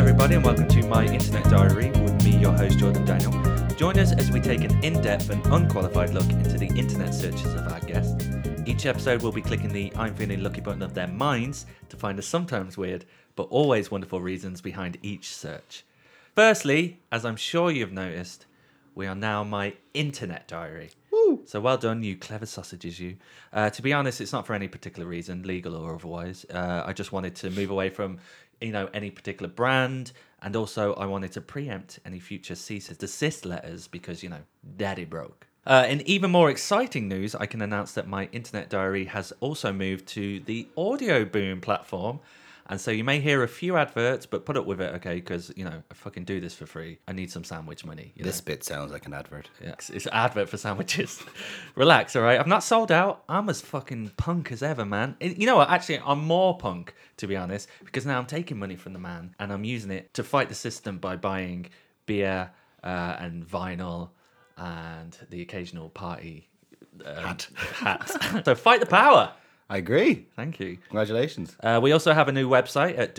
listen to my internet diary with me, your host Jordan Daniel. Join us as we take an in depth and unqualified look into the internet searches of our guests. Each episode, we'll be clicking the I'm feeling lucky button of their minds to find the sometimes weird, but always wonderful reasons behind each search. Firstly, as I'm sure you've noticed, we are now my internet diary. So well done, you clever sausages, you. Uh, to be honest, it's not for any particular reason, legal or otherwise. Uh, I just wanted to move away from, you know, any particular brand, and also I wanted to preempt any future cease and desist letters because you know, daddy broke. Uh, in even more exciting news, I can announce that my internet diary has also moved to the Audio Boom platform. And so you may hear a few adverts, but put up with it, okay? Because, you know, I fucking do this for free. I need some sandwich money. You know? This bit sounds like an advert. Yeah, it's, it's an advert for sandwiches. Relax, all right. I'm not sold out. I'm as fucking punk as ever, man. And you know what? Actually, I'm more punk to be honest, because now I'm taking money from the man and I'm using it to fight the system by buying beer uh, and vinyl and the occasional party um, hat. hat. so fight the power. I agree. Thank you. Congratulations. Uh, we also have a new website at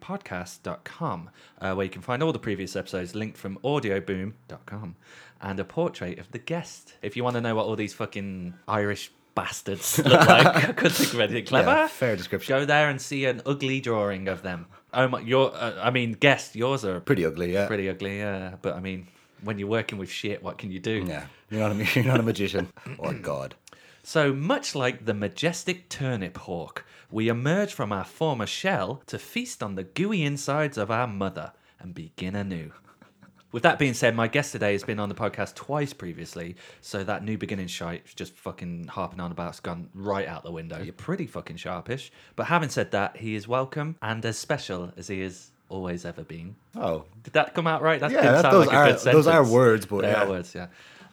www.myinternetdiarypodcast.com, uh, where you can find all the previous episodes linked from audioboom.com and a portrait of the guest. If you want to know what all these fucking Irish bastards look like, I could think of anything clever. Yeah, fair description. Go there and see an ugly drawing of them. Oh my, your, uh, I mean, guest, yours are Pretty ugly, yeah. pretty ugly, yeah. But I mean, when you're working with shit, what can you do? Yeah. You're not a, you're not a magician or god. So, much like the majestic turnip hawk, we emerge from our former shell to feast on the gooey insides of our mother and begin anew. With that being said, my guest today has been on the podcast twice previously, so that new beginning shite just fucking harping on about's gone right out the window. You're pretty fucking sharpish. But having said that, he is welcome and as special as he has always ever been. Oh. Did that come out right? That Yeah, didn't that- sound those like are- a good sentence. those are words, but they yeah. are words. Yeah.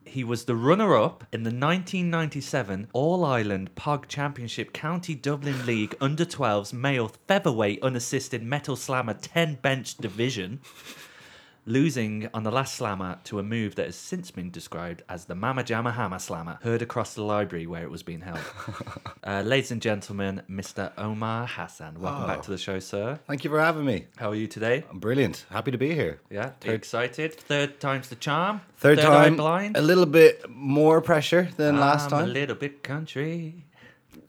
He was the runner-up in the 1997 All-Ireland Pog Championship County Dublin League Under-12s male featherweight unassisted metal slammer 10 bench division, losing on the last slammer to a move that has since been described as the Mama Jamma Hammer Slammer, heard across the library where it was being held. uh, ladies and gentlemen, Mr. Omar Hassan, welcome Oh. back to the show, sir. Thank you for having me. How are you today? I'm brilliant. Happy to be here. Yeah, are you excited? Third time's the charm. Third, eye time, blind. a little bit more pressure than last I'm time. a little bit country,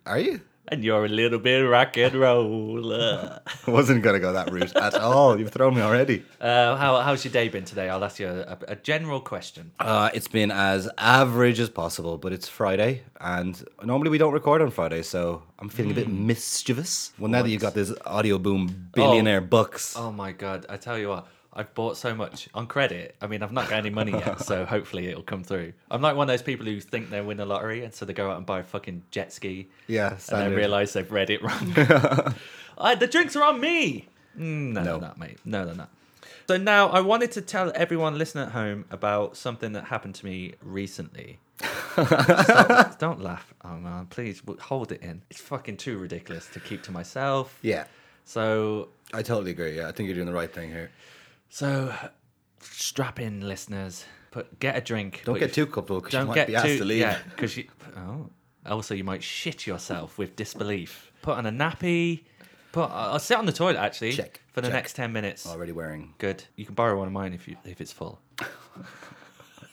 Are you? and you're a little bit rock and Uh, roller. I wasn't going to go that route at all. You've thrown me already. uh, how, how's your day been today? I'll ask you a, a, a general question. Uh, it's been as average as possible, but it's Friday, and normally we don't record on Friday, so I'm feeling a bit Hmm. mischievous. Well, now that you've got this audio boom billionaire bucks, Oh my god! I tell you what, I've bought so much on credit. I mean, I've not got any money yet, so hopefully it'll come through. I'm like one of those people who think they win the lottery, and so they go out and buy a fucking jet ski. Yeah, and standard. then realise they've read it wrong. I, the drinks are on me. Mm, no, they're not, mate. No, they're not. So now I wanted to tell everyone listening at home about something that happened to me recently. Stop- don't laugh, oh man. Please w- hold it in. It's fucking too ridiculous to keep to myself. yeah, So I totally agree. Yeah, I think you're doing the right thing here. so strap in, listeners. Put get a drink. Don't Put get your- too comfortable because you Don't might get be asked too to leave. yeah, because you oh, also you might shit yourself with disbelief. Put on a nappy. Put I'll sit on the toilet actually Check, for the check. next ten minutes. Already wearing. Good. You can borrow one of mine if you if it's full.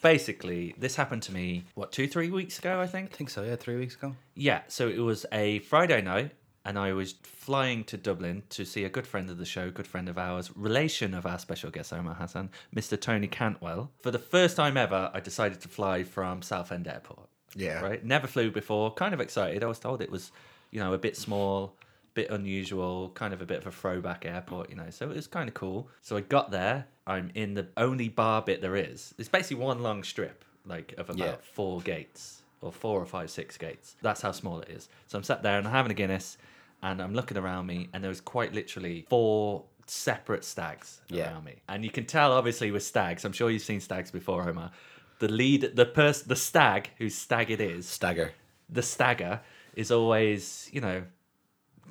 Basically, this happened to me what two three weeks ago I think. I think so. Yeah, three weeks ago. Yeah, so it was a Friday night, and I was flying to Dublin to see a good friend of the show, good friend of ours, relation of our special guest Omar Hassan, Mr. Tony Cantwell. For the first time ever, I decided to fly from Southend Airport. Yeah. Right? Never flew before, kind of excited. I was told it was, you know, a bit small, bit unusual, kind of a bit of a throwback airport, you know, so it was kind of cool. So I got there, I'm in the only bar bit there is. It's basically one long strip, like, of about Yeah. four gates or four or five, six gates. That's how small it is. So I'm sat there and I'm having a Guinness and I'm looking around me and there was quite literally four separate stags Yeah. around me. And you can tell obviously with stags, I'm sure you've seen stags before, Homer. The lead the person the stag, whose stag it is, Stagger. the stagger is always, you know,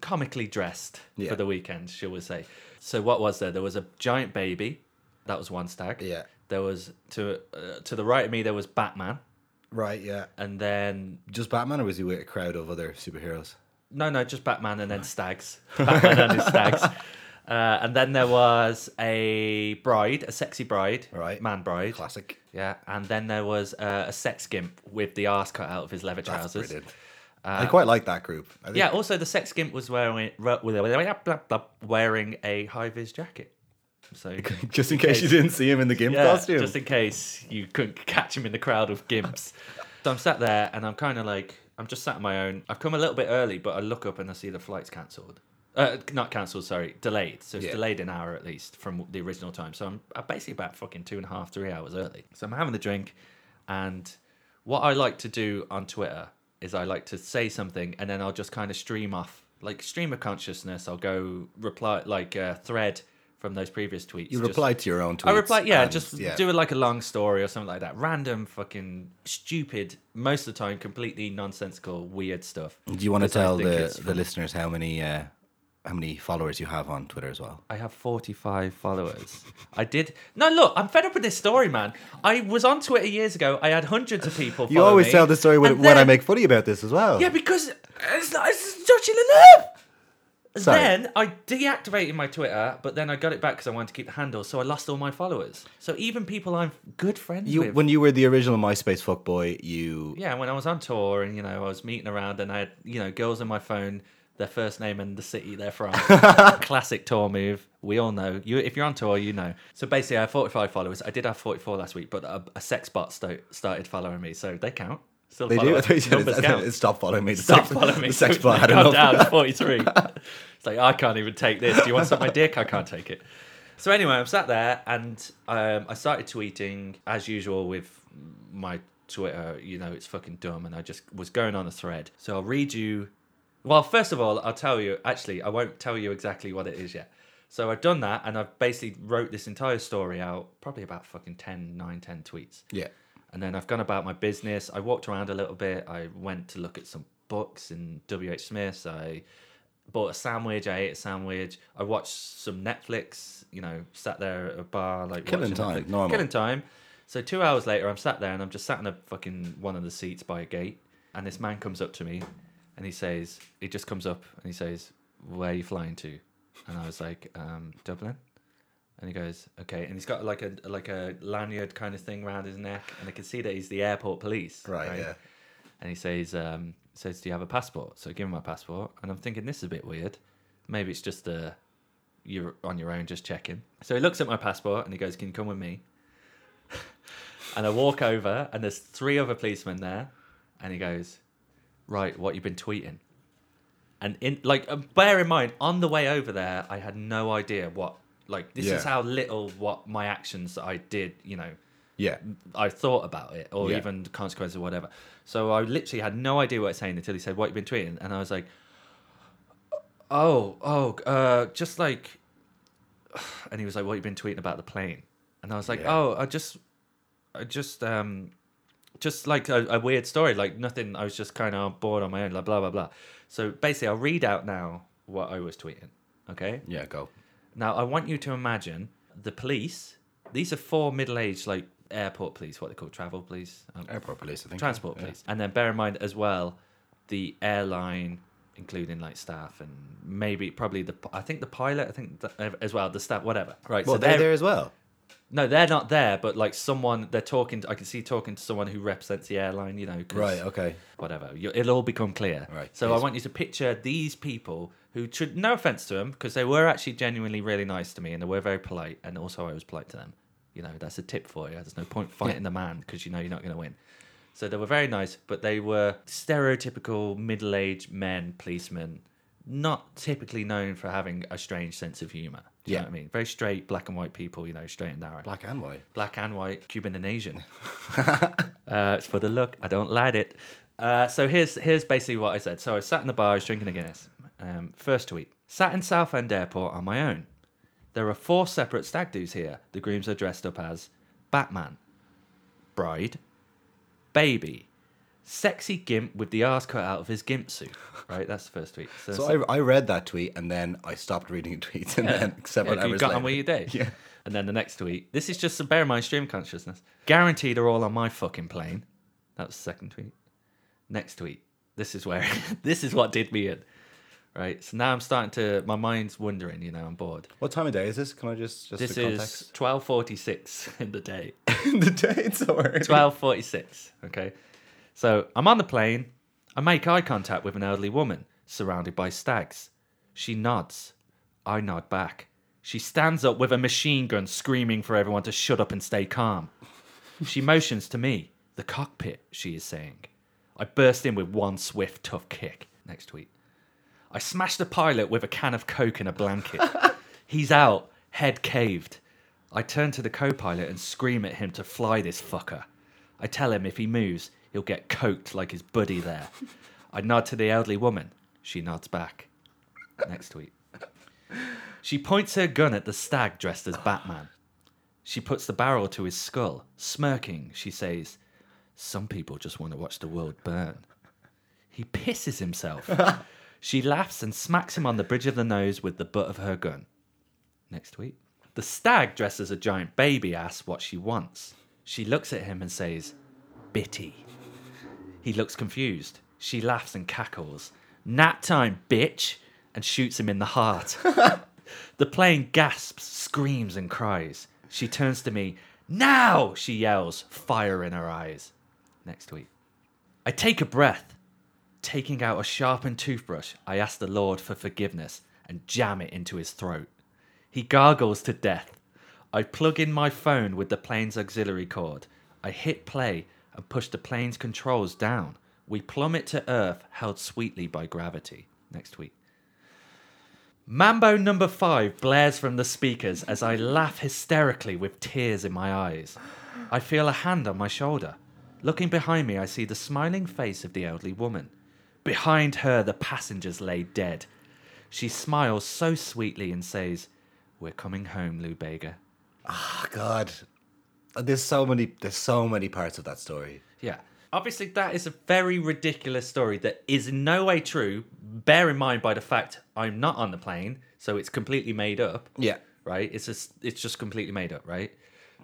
comically dressed Yeah. for the weekend, shall we say. So what was there? There was a giant baby. That was one stag. Yeah. There was to uh, to the right of me there was Batman Right. Yeah. and then Just Batman, or was he with a crowd of other superheroes? no, no, just Batman and then stags. Batman and his stags. Uh, and then there was a bride, a sexy bride, Right. man bride, Classic. yeah. And then there was uh, a sex gimp with the arse cut out of his leather That's trousers. brilliant. I quite like that group. I think Uh, Yeah. Also, the sex gimp was wearing ru- with- blah, blah, blah, wearing a high vis jacket. So Just in case you didn't see him in the gimp yeah, costume. just in case you couldn't catch him in the crowd of gimps. so I'm sat there and I'm kind of like I'm just sat on my own. I've come a little bit early, but I look up and I see the flight's cancelled. Uh, not cancelled, sorry, delayed. So it's Yeah. delayed an hour at least from the original time. So I'm, I'm basically about fucking two and a half, three hours early. So I'm having a drink, and what I like to do on Twitter is I like to say something and then I'll just kind of stream off, like stream of consciousness. I'll go reply like uh, thread from those previous tweets. you just- replied to your own tweets. I reply, yeah, and- just yeah. do it like a long story or something like that. Random, fucking stupid, most of the time, completely nonsensical, weird stuff. Do you want to 'Cause I tell think the, it's the listeners how many uh, how many followers you have on Twitter as well? I have 45 followers. I did. No, look, I'm fed up with this story, man. I was on Twitter years ago. I had hundreds of people. You follow always me, tell the story when, and when I then- make funny about this as well. Yeah, because it's not. It's touching it up. Sorry. Then I deactivated my Twitter, but then I got it back because I wanted to keep the handle, so I lost all my followers. So even people I'm good friends you, with. when you were the original MySpace fuckboy, you yeah, when I was on tour and you know I was meeting around and I had you know girls on my phone, their first name and the city they're from. Classic tour move. We all know. You if you're on tour, you know. So basically, I have 45 followers. I did have 44 last week, but a, a sex bot sto- started following me, so they count. Still they follow do. I us. thought you said Numbers it's- count. it's stop following me. The Stop sex- following me. The sex bot had Calm enough. down, it's 43. it's like, I can't even take this. Do you want some of my dick? I can't take it. So anyway, I'm sat there and um, I started tweeting as usual with my Twitter. You know, it's fucking dumb. And I just was going on a thread. So I'll read you. Well, first of all, I'll tell you. Actually, I won't tell you exactly what it is yet. So I've done that and I've basically wrote this entire story out, probably about fucking 10, 9, 10 tweets. Yeah. And then I've gone about my business. I walked around a little bit. I went to look at some books in WH Smith's. I bought a sandwich. I ate a sandwich. I watched some Netflix, you know, sat there at a bar, like Killing watching time, Netflix. normal. Killing time. So two hours later, I'm sat there and I'm just sat in a fucking one of the seats by a gate. And this man comes up to me and he says, he just comes up and he says, Where are you flying to? And I was like, um, Dublin. And he goes, okay. And he's got like a like a lanyard kind of thing around his neck, and I can see that he's the airport police. Right, yeah. And he says, um, says, do you have a passport? So I give him my passport, and I'm thinking this is a bit weird. Maybe it's just a you're on your own, just checking. So he looks at my passport and he goes, can you come with me? and I walk over, and there's three other policemen there, and he goes, right, what you been tweeting? And in like, uh, bear in mind, on the way over there, I had no idea what like this Yeah. is how little what my actions that I did, you know, Yeah. I thought about it or Yeah. even the consequences or whatever. So I literally had no idea what I was saying until he said, "What you been tweeting?" And I was like, "Oh, oh, uh, just like," and he was like, "What you been tweeting about the plane?" And I was like, Yeah. "Oh, I just, I just, um, just like a, a weird story, like nothing. I was just kind of bored on my own, like blah blah blah." So basically, I'll read out now what I was tweeting. Okay. Yeah. Go. Now, I want you to imagine the police. These are four middle-aged, like airport police, what they call travel police, um, Airport police, I think. transport Yeah. police, and then bear in mind as well the airline, including like staff and maybe probably the I think the pilot, I think the, as well the staff, whatever. Right. Well, so they're they're, there as well. no, they're not there, but like someone they're talking. To, I can see talking to someone who represents the airline. You know. 'cause Right. Okay. whatever. You, it'll all become clear. Right, So I please. want you to picture these people who should, no offense to them, because they were actually genuinely really nice to me and they were very polite, and also I was polite to them. You know, that's a tip for you. There's no point fighting the man because you know you're not going to win. So they were very nice, but they were stereotypical middle aged men, policemen, not typically known for having a strange sense of humor. Do you Yeah. know what I mean? Very straight, black and white people, you know, straight and narrow Black and white. black and white, Cuban and Asian. uh, it's for the look. I don't like it. Uh, so here's here's basically what I said. So I sat in the bar, I was drinking a Guinness. Um, first tweet: Sat in Southend Airport on my own. There are four separate stag do's here. The grooms are dressed up as Batman, bride, baby, sexy gimp with the arse cut out of his gimp suit. Right, that's the first tweet. So I, I read that tweet and then I stopped reading tweets and then several yeah, you hours got later. on with your day. Yeah. And then the next tweet. This is just a bear in mind stream consciousness. Guaranteed are all on my fucking plane. That was the second tweet. Next tweet. This is where this is what did me in. right? So now I'm starting to, my mind's wandering, you know, I'm bored. What time of day is this? Can I just just This the is context? 12.46 in the day. in the day. It's alright. 12.46, okay? So I'm on the plane. I make eye contact with an elderly woman surrounded by stags. She nods. I nod back. She stands up with a machine gun screaming for everyone to shut up and stay calm. She motions to me. The cockpit, she is saying. I burst in with one swift, tough kick. Next tweet. I smashed the pilot with a can of Coke and a blanket. He's out, head caved. I turn to the co pilot and scream at him to fly this fucker. I tell him if he moves, he'll get coked like his buddy there. I nod to the elderly woman. She nods back. Next tweet. She points her gun at the stag dressed as Batman. She puts the barrel to his skull. Smirking, she says, Some people just want to watch the world burn. He pisses himself. she laughs and smacks him on the bridge of the nose with the butt of her gun. Next tweet. The stag dressed as a giant baby asks what she wants. She looks at him and says, Bitty. He looks confused. She laughs and cackles. Nap time, bitch! And shoots him in the heart. the plane gasps, screams, and cries. She turns to me. Now! She yells, fire in her eyes. Next week. I take a breath. Taking out a sharpened toothbrush, I ask the Lord for forgiveness and jam it into his throat. He gargles to death. I plug in my phone with the plane's auxiliary cord. I hit play and push the plane's controls down. We plummet to Earth, held sweetly by gravity. Next week. Mambo number five blares from the speakers as I laugh hysterically with tears in my eyes. I feel a hand on my shoulder. Looking behind me, I see the smiling face of the elderly woman. Behind her, the passengers lay dead. She smiles so sweetly and says, We're coming home, Lou Bega. Oh, God, there's so many. There's so many parts of that story. Yeah. Obviously, that is a very ridiculous story that is in no way true. Bear in mind by the fact I'm not on the plane, so it's completely made up. Yeah. right? It's just it's just completely made up, right?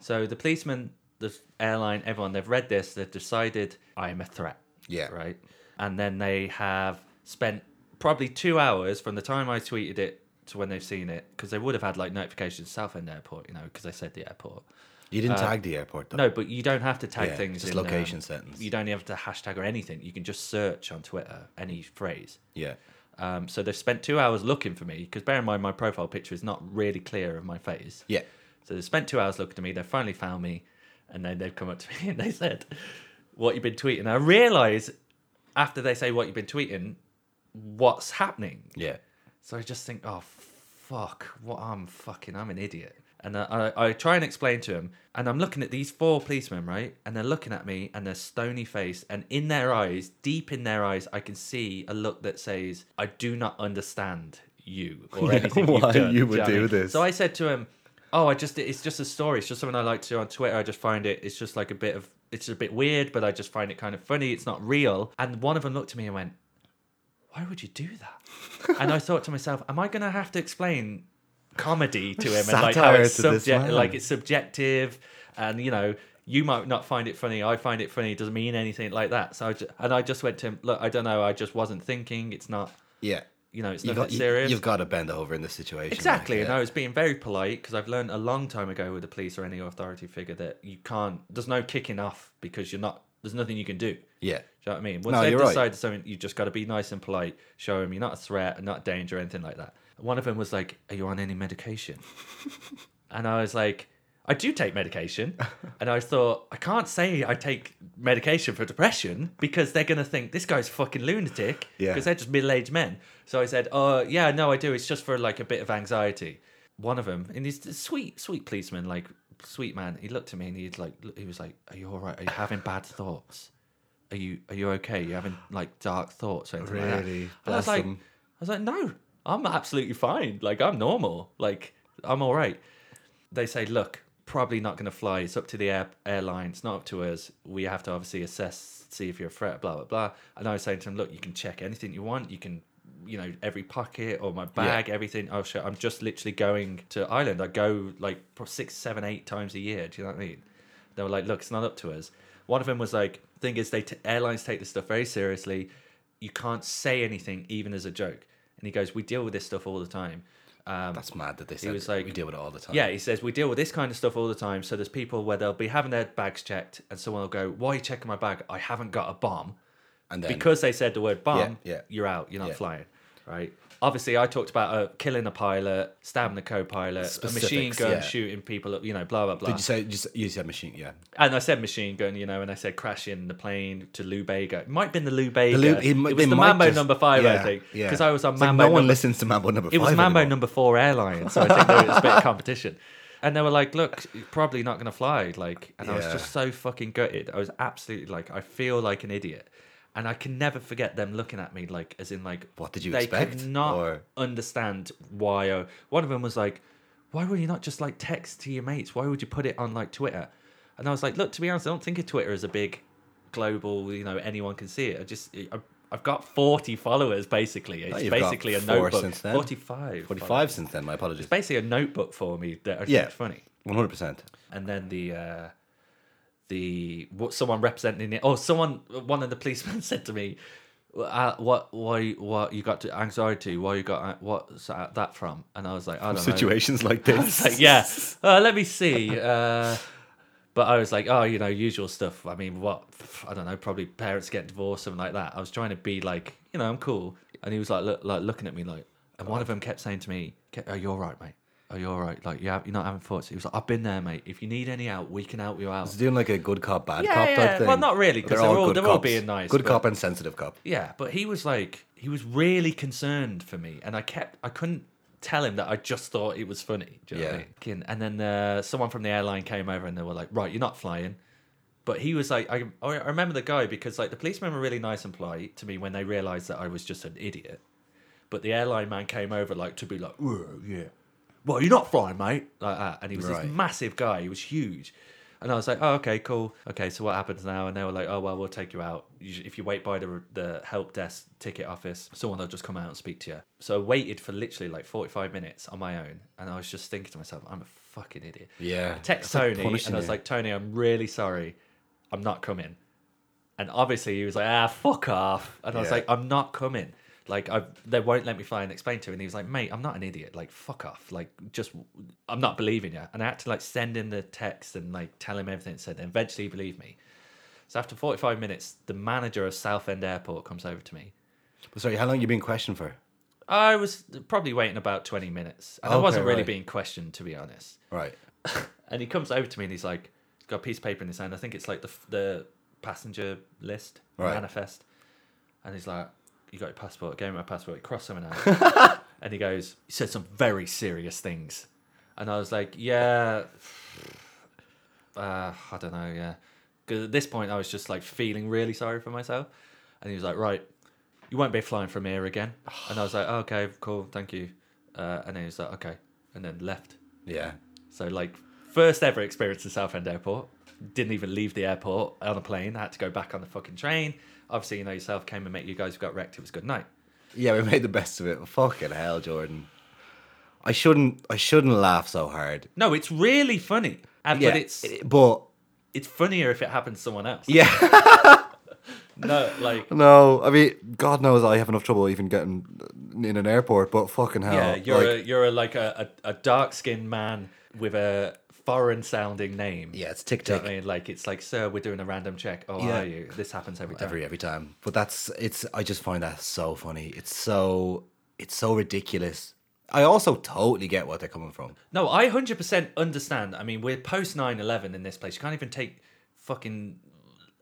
So the policeman, the airline, everyone, they've read this, they've decided I am a threat. Yeah. Right. And then they have spent probably two hours from the time I tweeted it to when they've seen it, because they would have had like notifications Southend Airport, you know, because I said the airport. You didn't tag the airport though. Uh, No, but you don't have to tag Yeah, things. just in, um, location settings. You don't have to hashtag or anything. You can just search on Twitter any phrase. Yeah. Um, so they've spent two hours looking for me because bear in mind my profile picture is not really clear of my face. Yeah. So they spent two hours looking at me. They finally found me, and then they've come up to me and they said, "What you've been tweeting?" I realise after they say what you've been tweeting, what's happening. Yeah. So I just think, "Oh fuck, what I'm fucking, I'm an idiot." And uh, I, I, I try and explain to him, and I'm looking at these four policemen, right? And they're looking at me, and they're stony faced, and in their eyes, deep in their eyes, I can see a look that says, "I do not understand you or Yeah, anything why you've done." you you would know what I do mean? this. So I said to him, "Oh, I just it's just a story. It's just something I like to do on Twitter. I just find it. It's just like a bit of it's a bit weird, but I just find it kind of funny. It's not real." And one of them looked at me and went, "Why would you do that?" and I thought to myself, "Am I going to have to explain comedy to him and like how Satire it's to this subject man. like it's subjective and you know." You might not find it funny. I find it funny. It doesn't mean anything like that. So, I ju- and I just went to him. Look, I don't know. I just wasn't thinking. It's not, Yeah. you know, it's You nothing got, you, serious. you've got to bend over in this situation. like, Exactly, and yeah. I was being very polite because I've learned a long time ago with the police or any authority figure that you can't. There's no kicking off because you're not. There's nothing you can do. Yeah. Do you know what I mean? Once No, they've you're right. decided something, you just got to be nice and polite. Show them you're not a threat, and not a danger, or anything like that. One of them was like, "Are you on any medication?" and I was like, "I do take medication," and I thought, "I can't say I take medication for depression because they're gonna think this guy's a fucking lunatic Yeah. because they're just middle-aged men." So I said, "Oh yeah, no, I do. It's just for like a bit of anxiety." One of them, and he's a sweet, sweet policeman, like sweet man. He looked at me and he'd like, he was like, "Are you all right? Are you having bad thoughts?" are you are you okay? You having like dark thoughts or anything like that? Really? And I was Bless like, them. I was like, no, I'm absolutely fine. Like I'm normal. Like I'm all right. They say, look, probably not going to fly. It's up to the air, airline. It's not up to us. We have to obviously assess, see if you're a threat, blah blah blah. And I was saying to them, look, you can check anything you want. You can. You know, every pocket or my bag, everything. Oh shit! I'm just literally going to Ireland. I go like pro- six, seven, eight times a year. Do you know what I mean? They were like, look, it's not up to us. One of them was like, thing is, they t- airlines take this stuff very seriously. You can't say anything, even as a joke. and he goes, "We deal with this stuff all the time." Um, That's mad that they said was that. like- we deal with it all the time. yeah, he says we deal with this kind of stuff all the time. So there's people where they'll be having their bags checked, and someone will go, "Why are you checking my bag? I haven't got a bomb." and then because they said the word bomb, Yeah, yeah. you're out. You're not Yeah. flying, right? Obviously, I talked about uh, killing a pilot, stabbing a co-pilot, a machine Specifics, gun yeah. shooting people, you know, blah blah blah. did you say just you said machine? Yeah, and I said machine gun, you know, and I said crashing the plane to Lubega. It might have been the Lubega. Lu- it, he m- was they the might Mambo just- number five, I yeah, think, yeah. because I was on It's like Mambo. no one number- listens to Mambo number five. it was Mambo anymore. number four airline, so I think there was a bit of competition. And they were like, "Look, you're probably not going to fly." Like, and I was Yeah. just so fucking gutted. I was absolutely like, I feel like an idiot, and I can never forget them looking at me like, as in like, What did you they expect? could not Or- understand why. I, one of them was like, "Why would you not just like text to your mates? Why would you put it on like Twitter?" And I was like, "Look, to be honest, I don't think of Twitter as a big global. You know, anyone can see it. I just." I, I've got 40 followers basically. It's you've got basically a four notebook. since then. 45. 45 since then. My apologies. It's basically a notebook for me that I Yeah. yeah. funny. One hundred percent. And then the uh, the what someone representing it. Oh, someone one of the policemen said to me, uh, "What? Why? What you got to anxiety? Why you got uh, what's that that from?" And I was like, "I don't know." Situations like this. Like, yeah. Uh, let me see. Uh, but I was like, oh, you know, usual stuff. I mean, what? I don't know. Probably parents get divorced, something like that. I was trying to be like, you know, I'm cool. And he was like, look, like looking at me like, and one of them kept saying to me, "Ke- "Are you all right, mate? Are you all right? Like, yeah, you're not having thoughts." He was like, "I've been there, mate. If you need any help, we can help you out." It's doing like a good cop, bad Yeah, cop yeah. type thing. Well, not really, 'cause they're all- good they're all cops. being nice, Good but- cop and sensitive cop. Yeah, but he was like, he was really concerned for me, and I kept, I couldn't tell him that I just thought it was funny. Do you know what I Yeah. mean? Fucking- And then uh, someone from the airline came over, and they were like, "Right, you're not flying." But he was like, I, I remember the guy because like the policemen were really nice and polite to me when they realised that I was just an idiot. But the airline man came over like to be like, "Whoa, yeah, well, you're not flying, mate, like that. And he was Right. this massive guy. He was huge. And I was like, oh, okay, cool. Okay, so what happens now? And they were like, oh, well, we'll take you out. You sh- If you wait by the, the help desk ticket office, someone will just come out and speak to you. So I waited for literally like 45 minutes on my own. And I was just thinking to myself, I'm a fucking idiot. Yeah. I text It's like Tony punishing and I was you. like, Tony, I'm really sorry. I'm not coming. And obviously he was like, ah, fuck off. And I was Yeah. like, I'm not coming. Like, I, they won't let me fly and explain to him. And he was like, mate, I'm not an idiot. Like, fuck off. Like, just, I'm not believing you. And I had to, like, send him the text and, like, tell him everything. So then eventually he believed me. So after 45 minutes, the manager of Southend Airport comes over to me. But sorry, how long you been questioned for? I was probably waiting about 20 minutes. And I Okay, wasn't really right. being questioned, to be honest. Right. And he comes over to me and he's like, he's got a piece of paper in his hand. I think it's like the the passenger list Right. manifest. And he's like, "You got your passport? Gave him my passport. He crossed something out." and he goes, "You said some very serious things." And I was like, "Yeah, uh, I don't know, yeah." Because at this point, I was just like feeling really sorry for myself. And he was like, "Right, you won't be flying from here again." And I was like, "Okay, cool, thank you." Uh, and then he was like, "Okay," and then left. Yeah. So like first ever experience in Southend Airport. Didn't even leave the airport on a plane. I had to go back on the fucking train. Obviously, you know yourself. Came and met you guys. Got wrecked. It was good night. Yeah, we made the best of it. Fucking hell, Jordan. I shouldn't. I shouldn't laugh so hard. No, it's really funny, and, Yeah, but it's But it's funnier if it happens to someone else. yeah. No, like No, I mean, God knows I have enough trouble even getting in an airport. But fucking hell. yeah, you're Oh, like- a, you're a, like a, a, a dark skinned man with a foreign sounding name. yeah, it's Do you know TikTok what I mean? Like it's like, sir, we're doing a random check. Oh, Yeah. are you? This happens every time. every every time. But that's it's. I just find that so funny. It's so it's so ridiculous. I also totally get what they're coming from. No, I 100% understand. I mean, we're post 9 11 in this place. You can't even take fucking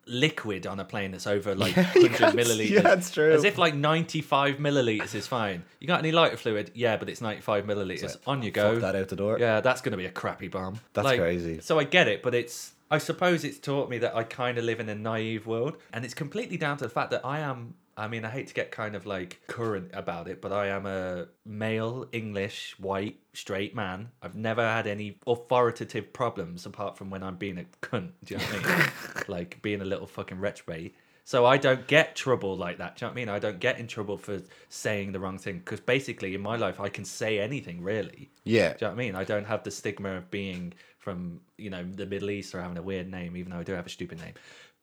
liquid on a plane that's over like Yeah, you 100 can't- milliliters. yeah, that's true. As if like 95 milliliters is fine. You got any lighter fluid? Yeah, but it's 95 milliliters. on you go. oh, Fuck that out the door. Yeah, that's going to be a crappy bomb. That's crazy. So I get it, but it's. I suppose it's taught me that I kind of live in a naive world, and it's completely down to the fact that I am. I mean, I hate to get kind of like current about it, but I am a male, English, white, straight man. I've never had any authoritative problems apart from when I'm being a cunt. Do you know what I mean? like being a little fucking retrobate. So I don't get trouble like that. Do you know what I mean? I don't get in trouble for saying the wrong thing because basically in my life I can say anything really. Do Yeah. you know what I mean? I don't have the stigma of being from, you know, the Middle East or having a weird name, even though I do have a stupid name.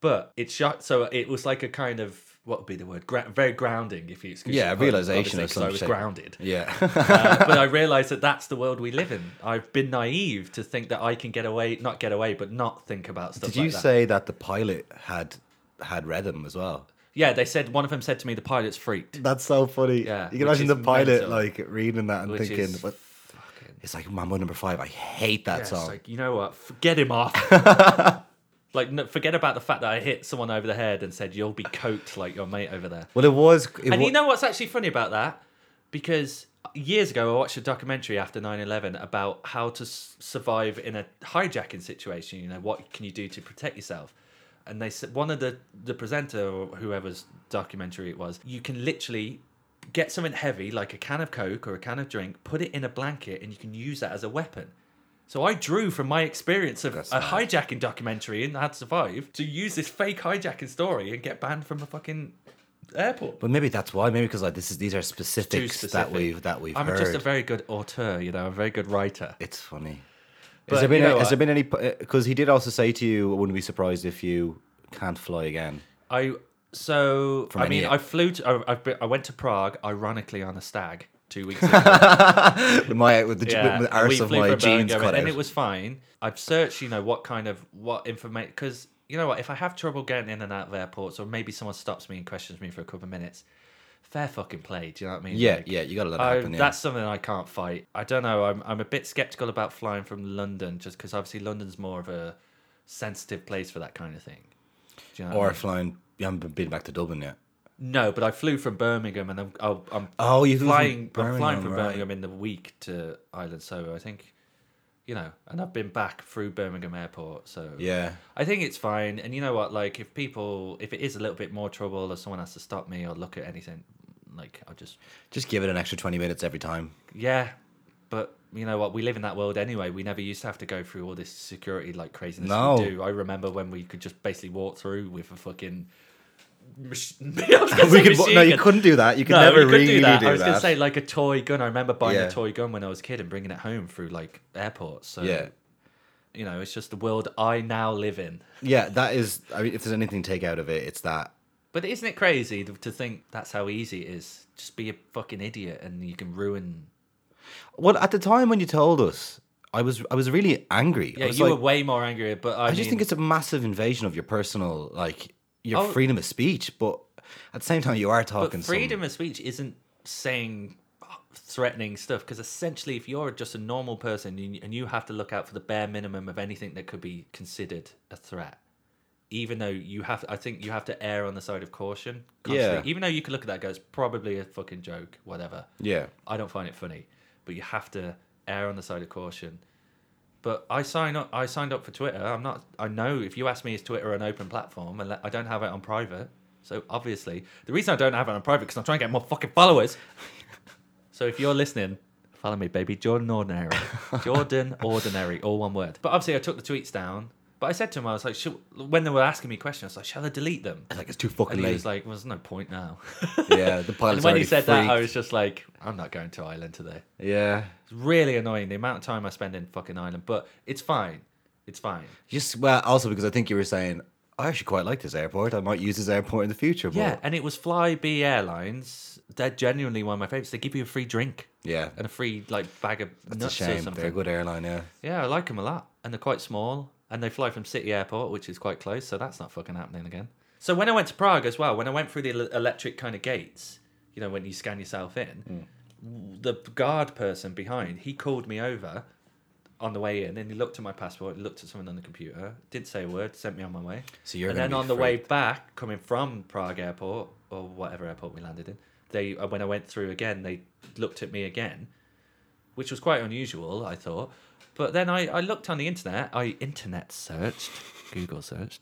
But it's shot. So it was like a kind of what would be the word? Gra- very grounding, if you excuse Yeah, the a pun, realization of obviously, 'cause I was something. grounded. Yeah. Uh, but I realized that that's the world we live in. I've been naive to think that I can get away, not get away, but not think about stuff Did you like that. say that the pilot had had read them as well? Yeah, they said, one of them said to me, the pilot's freaked. That's so funny. Yeah, you which can imagine is the pilot mental. like reading that and Which thinking, is "What?" It's like Mambo Number Five. I hate that Yeah, it's song. like, you know what? Forget him off. like, no, forget about the fact that I hit someone over the head and said, you'll be coked like your mate over there. well, it was. It And wa- you know what's actually funny about that? Because years ago, I watched a documentary after 9 11 about how to s- survive in a hijacking situation. You know, what can you do to protect yourself? And they said, one of the, the presenter or whoever's documentary it was, you can literally get something heavy like a can of Coke or a can of drink, put it in a blanket, and you can use that as a weapon. So I drew from my experience of That's a mad. hijacking documentary and how to survive to use this fake hijacking story and get banned from a fucking airport. but maybe that's why. Maybe because like this is these are specifics that specific. we've that we've I'm heard. just a very good auteur, you know, a very good writer. It's funny. But has there been you know has what? there been any? Because he did also say to you, "I wouldn't be surprised if you can't fly again." I so From I mean, any- I flew to I, I've been, I went to Prague, ironically, on a stag two weeks ago. With my with the, yeah, with the arse we of flew my from jeans Birmingham, cut out. and it was fine. I've searched, you know, what kind of what information because you know what, if I have trouble getting in and out of airports, or maybe someone stops me and questions me for a couple of minutes, fair fucking play. Do you know what I mean? yeah, Like, yeah, you got to let it I, happen. Yeah. That's something I can't fight. I don't know. I'm, I'm a bit skeptical about flying from London just because obviously London's more of a sensitive place for that kind of thing. Do you know what I or mean? flying. You haven't been back to Dublin yet. no, but I flew from Birmingham and I'm, I'll, I'm Oh, you flew from flying. I'm flying Birmingham, from right. Birmingham in the week to Island Soho. I think, you know, and I've been back through Birmingham Airport. So Yeah. I think it's fine. And you know what? Like, if people, if it is a little bit more trouble or someone has to stop me or look at anything, like, I'll just Just give it an extra 20 minutes every time. Yeah, but you know what? We live in that world anyway. We never used to have to go through all this security like craziness. No. We do. I remember when we could just basically walk through with a fucking. Mach- I was gonna we say could, machine no, you gun. couldn't do that. You could No, never you could really do that. I was that. gonna say like a toy gun. I remember buying Yeah. a toy gun when I was a kid and bringing it home through like airports. So yeah. you know, it's just the world I now live in. Yeah, that is. I mean, if there's anything to take out of it, it's that. But isn't it crazy th- to think that's how easy it is? Just be a fucking idiot and you can ruin. Well, at the time when you told us, I was I was really angry. I Yeah, was you like, were way more angry. But I, I just mean- think it's a massive invasion of your personal, like your Oh. freedom of speech. But at the same time, you are talking But freedom of speech isn't saying uh, threatening stuff because essentially, if you're just a normal person and you- and you have to look out for the bare minimum of anything that could be considered a threat, even though you have, I think you have to err on the side of caution. Constantly. Yeah. Even though you could look at that and go, it's probably a fucking joke, whatever. Some, yeah, I don't find it funny, but you have to err on the side of caution. But I sign up. I signed up for Twitter. I'm not. I know if you ask me, is Twitter an open platform? And I don't have it on private. So obviously, the reason I don't have it on private because I'm trying to get more fucking followers. so if you're listening, follow me, baby. Jordan Ordinary. Jordan Ordinary, all one word. But obviously, I took the tweets down. But I said to him, I was like, "Shall-" when they were asking me questions, I was like, shall I delete them? like it's too fucking And he late. was like, well, there's no point now. yeah, the And pilot's when he already said that, I freaked. was just like, I'm not going to Ireland today. yeah, It's really annoying the amount of time I spend in fucking Ireland, but it's fine. It's fine. just well, also because I think you were saying I actually quite like this airport. I might use this airport in the future. But Yeah, and it was Flybe Airlines. They're genuinely one of my favorites. They give you a free drink yeah, and a free like bag of it's a nuts or shame. They're a something. good airline. Yeah, Yeah, I like them a lot, and they're quite small, and they fly from City Airport, which is quite close, so that's not fucking happening again. So when I went to Prague as well, when I went through the el- electric kind of gates, you know, when you scan yourself in, w- the guard person behind, he called me over on the way in, and he looked at my passport, looked at something on the computer, didn't say a word, sent me on my way. So you're and gonna then be on the way back, coming from Prague airport or whatever airport we landed in, they uh, when I went through again, they looked at me again, which was quite unusual, I thought. But then I, I looked on the internet, I internet searched, Google searched,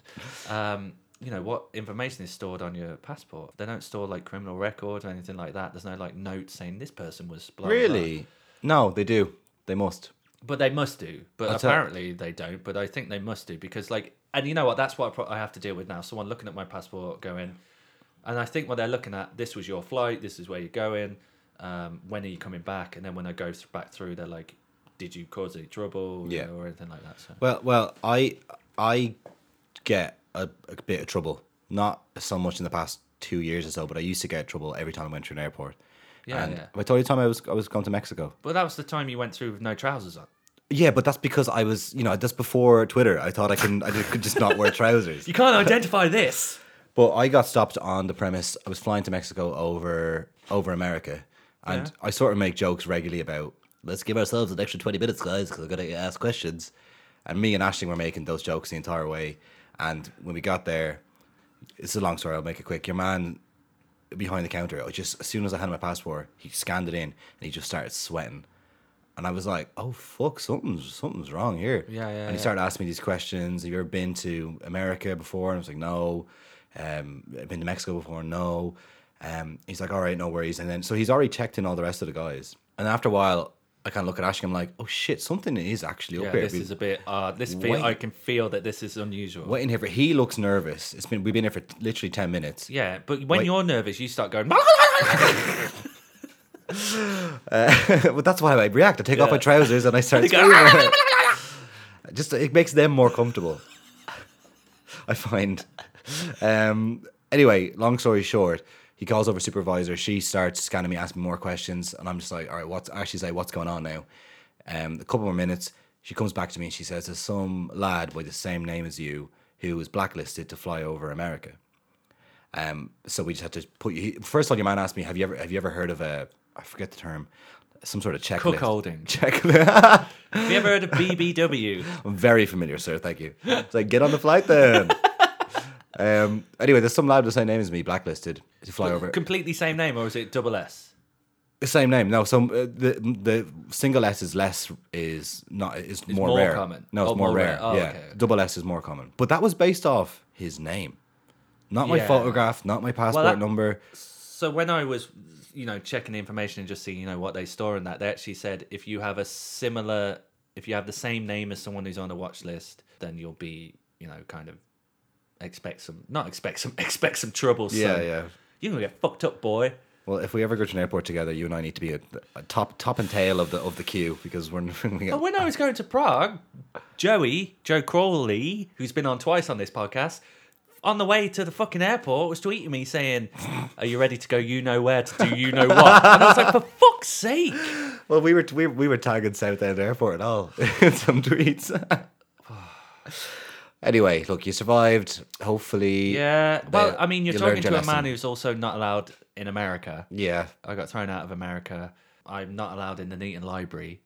um, you know, what information is stored on your passport. They don't store like criminal records or anything like that. There's no like note saying this person was blah, blah, blah. really? No, they do. They must. But they must do. But That's it. apparently they don't. But I think they must do because, like, and you know what? That's what I, pro- I have to deal with now. Someone looking at my passport, going, and I think what they're looking at: this was your flight. This is where you're going. Um, when are you coming back? And then when I go th- back through, they're like, "Did you cause any trouble? you Yeah. know, or anything like that?" So Well, well, I I get a, a bit of trouble. Not so much in the past two years or so, but I used to get trouble every time I went through an airport. Yeah, and yeah. I told you the time I was I was going to Mexico. But that was the time you went through with no trousers on. Yeah, but that's because I was, you know, that's before Twitter. I thought I can I could just not wear trousers. You can't identify this. But I got stopped on the premise I was flying to Mexico over over America, and I sort of make jokes regularly about let's give ourselves an extra twenty minutes, guys, because I gotta ask questions. And me and Ashton were making those jokes the entire way. And when we got there, it's a long story. I'll make it quick. Your man behind the counter, I just as soon as I handed my passport, he scanned it in and he just started sweating. And I was like, "Oh fuck, something's something's wrong here." Yeah, yeah, And he yeah. started asking me these questions. Have you ever been to America before? And I was like, "No." Um, I've been to Mexico before. No. Um, he's like, "All right, no worries." And then so he's already checked in all the rest of the guys. And after a while, I kind of look at Ashton. I'm like, "Oh shit, something is actually up Yeah, here." this We- is a bit. Uh, this feel, Wait. I can feel that this is unusual. waiting here for. He looks nervous. It's been we've been here for t- literally ten minutes. Yeah, but when Wait. you're nervous, you start going. but that's why I react. I take off Yeah. ah! my trousers and I start screaming. Just it makes them more comfortable. I find. Um, anyway, long story short, he calls over supervisor. She starts scanning me, asking me more questions, and I'm just like, all right, what's Ashley's like, what's going on now? Um, a couple more minutes, she comes back to me and she says, there's some lad by the same name as you who was blacklisted to fly over America. Um, so we just had to put you. First of all, your man asked me, "Have you ever have you ever heard of a I forget the term, some sort of checklist?" Cuckolding. Checklist. Have you ever heard of BBW? I'm very familiar, sir. Thank you. It's like get on the flight then. um. Anyway, there's some lad with the same name as me, blacklisted to fly over. Completely same name, or is it double S? Same name. No, some uh, the the single S is less is not is more, more rare. common. No, it's Oh, more, more rare. rare. Oh, yeah, okay, okay. double S is more common. But that was based off his name, not my Yeah. photograph, not my passport that- number. So when I was, you know, checking the information and just seeing, you know, what they store in that, they actually said if you have a similar, if you have the same name as someone who's on a watch list, then you'll be, you know, kind of expect some, not expect some, expect some trouble. son. Yeah, yeah. You're gonna get fucked up, boy. Well, if we ever go to an airport together, you and I need to be at the- a top top and tail of the of the queue because we're. we But when I was going to Prague, Joey, Joe Crawley, who's been on twice on this podcast, on the way to the fucking airport was tweeting me saying, Are you ready to go you know where to do you know what? And I was like, For fuck's sake. well, we were we, we were tagging South End Airport and all in some tweets. anyway, look, you survived. Hopefully, Yeah. Well, They- I mean, you're you talking learned your to a man lesson. who's also not allowed in America. yeah. I got thrown out of America. I'm not allowed in the Neaton Library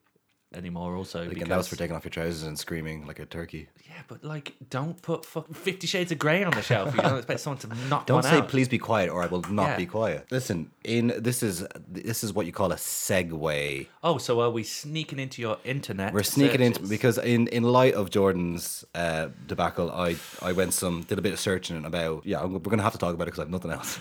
anymore, also. Again, because, that was for taking off your trousers and screaming like a turkey. Yeah, but like, don't put fuck, Fifty Shades of Grey on the shelf. You don't expect someone to knock Don't one say out. please be quiet or I will not Yeah. be quiet. Listen, in this is this is what you call a segue. Oh, so are we sneaking into your internet? We're sneaking into searches? because in in light of Jordan's uh, debacle, I I went some did a bit of searching about. Yeah, I'm, we're gonna have to talk about it because I've nothing else.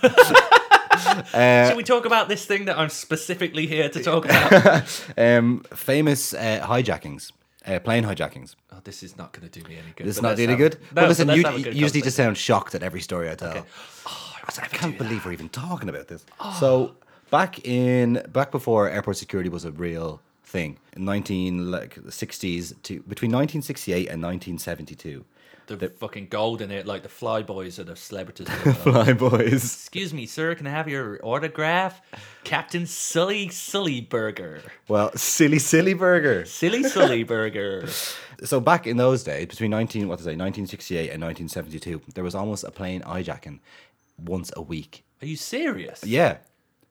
Should we talk about this thing that I'm specifically here to talk about? um, famous uh, hijackings, uh, plane hijackings. oh, this is not going to do me any good. It's but not let's really have- good. No, but listen, let's you, have a you good just need to conversation. sound shocked at every story I tell. I can't believe we're even talking about this. Oh. So back in back before airport security was a real thing in 19 like 60s to between 1968 and 1972 the fucking gold in it, like the flyboys are the celebrities. of the world. fly boys Excuse me, sir. Can I have your autograph, Captain Silly Silly Burger? well silly silly burger Silly Silly Burger. so back in those days, between nineteen what is it, nineteen sixty eight and nineteen seventy two, there was almost a plane hijacking once a week. Are you serious? Yeah,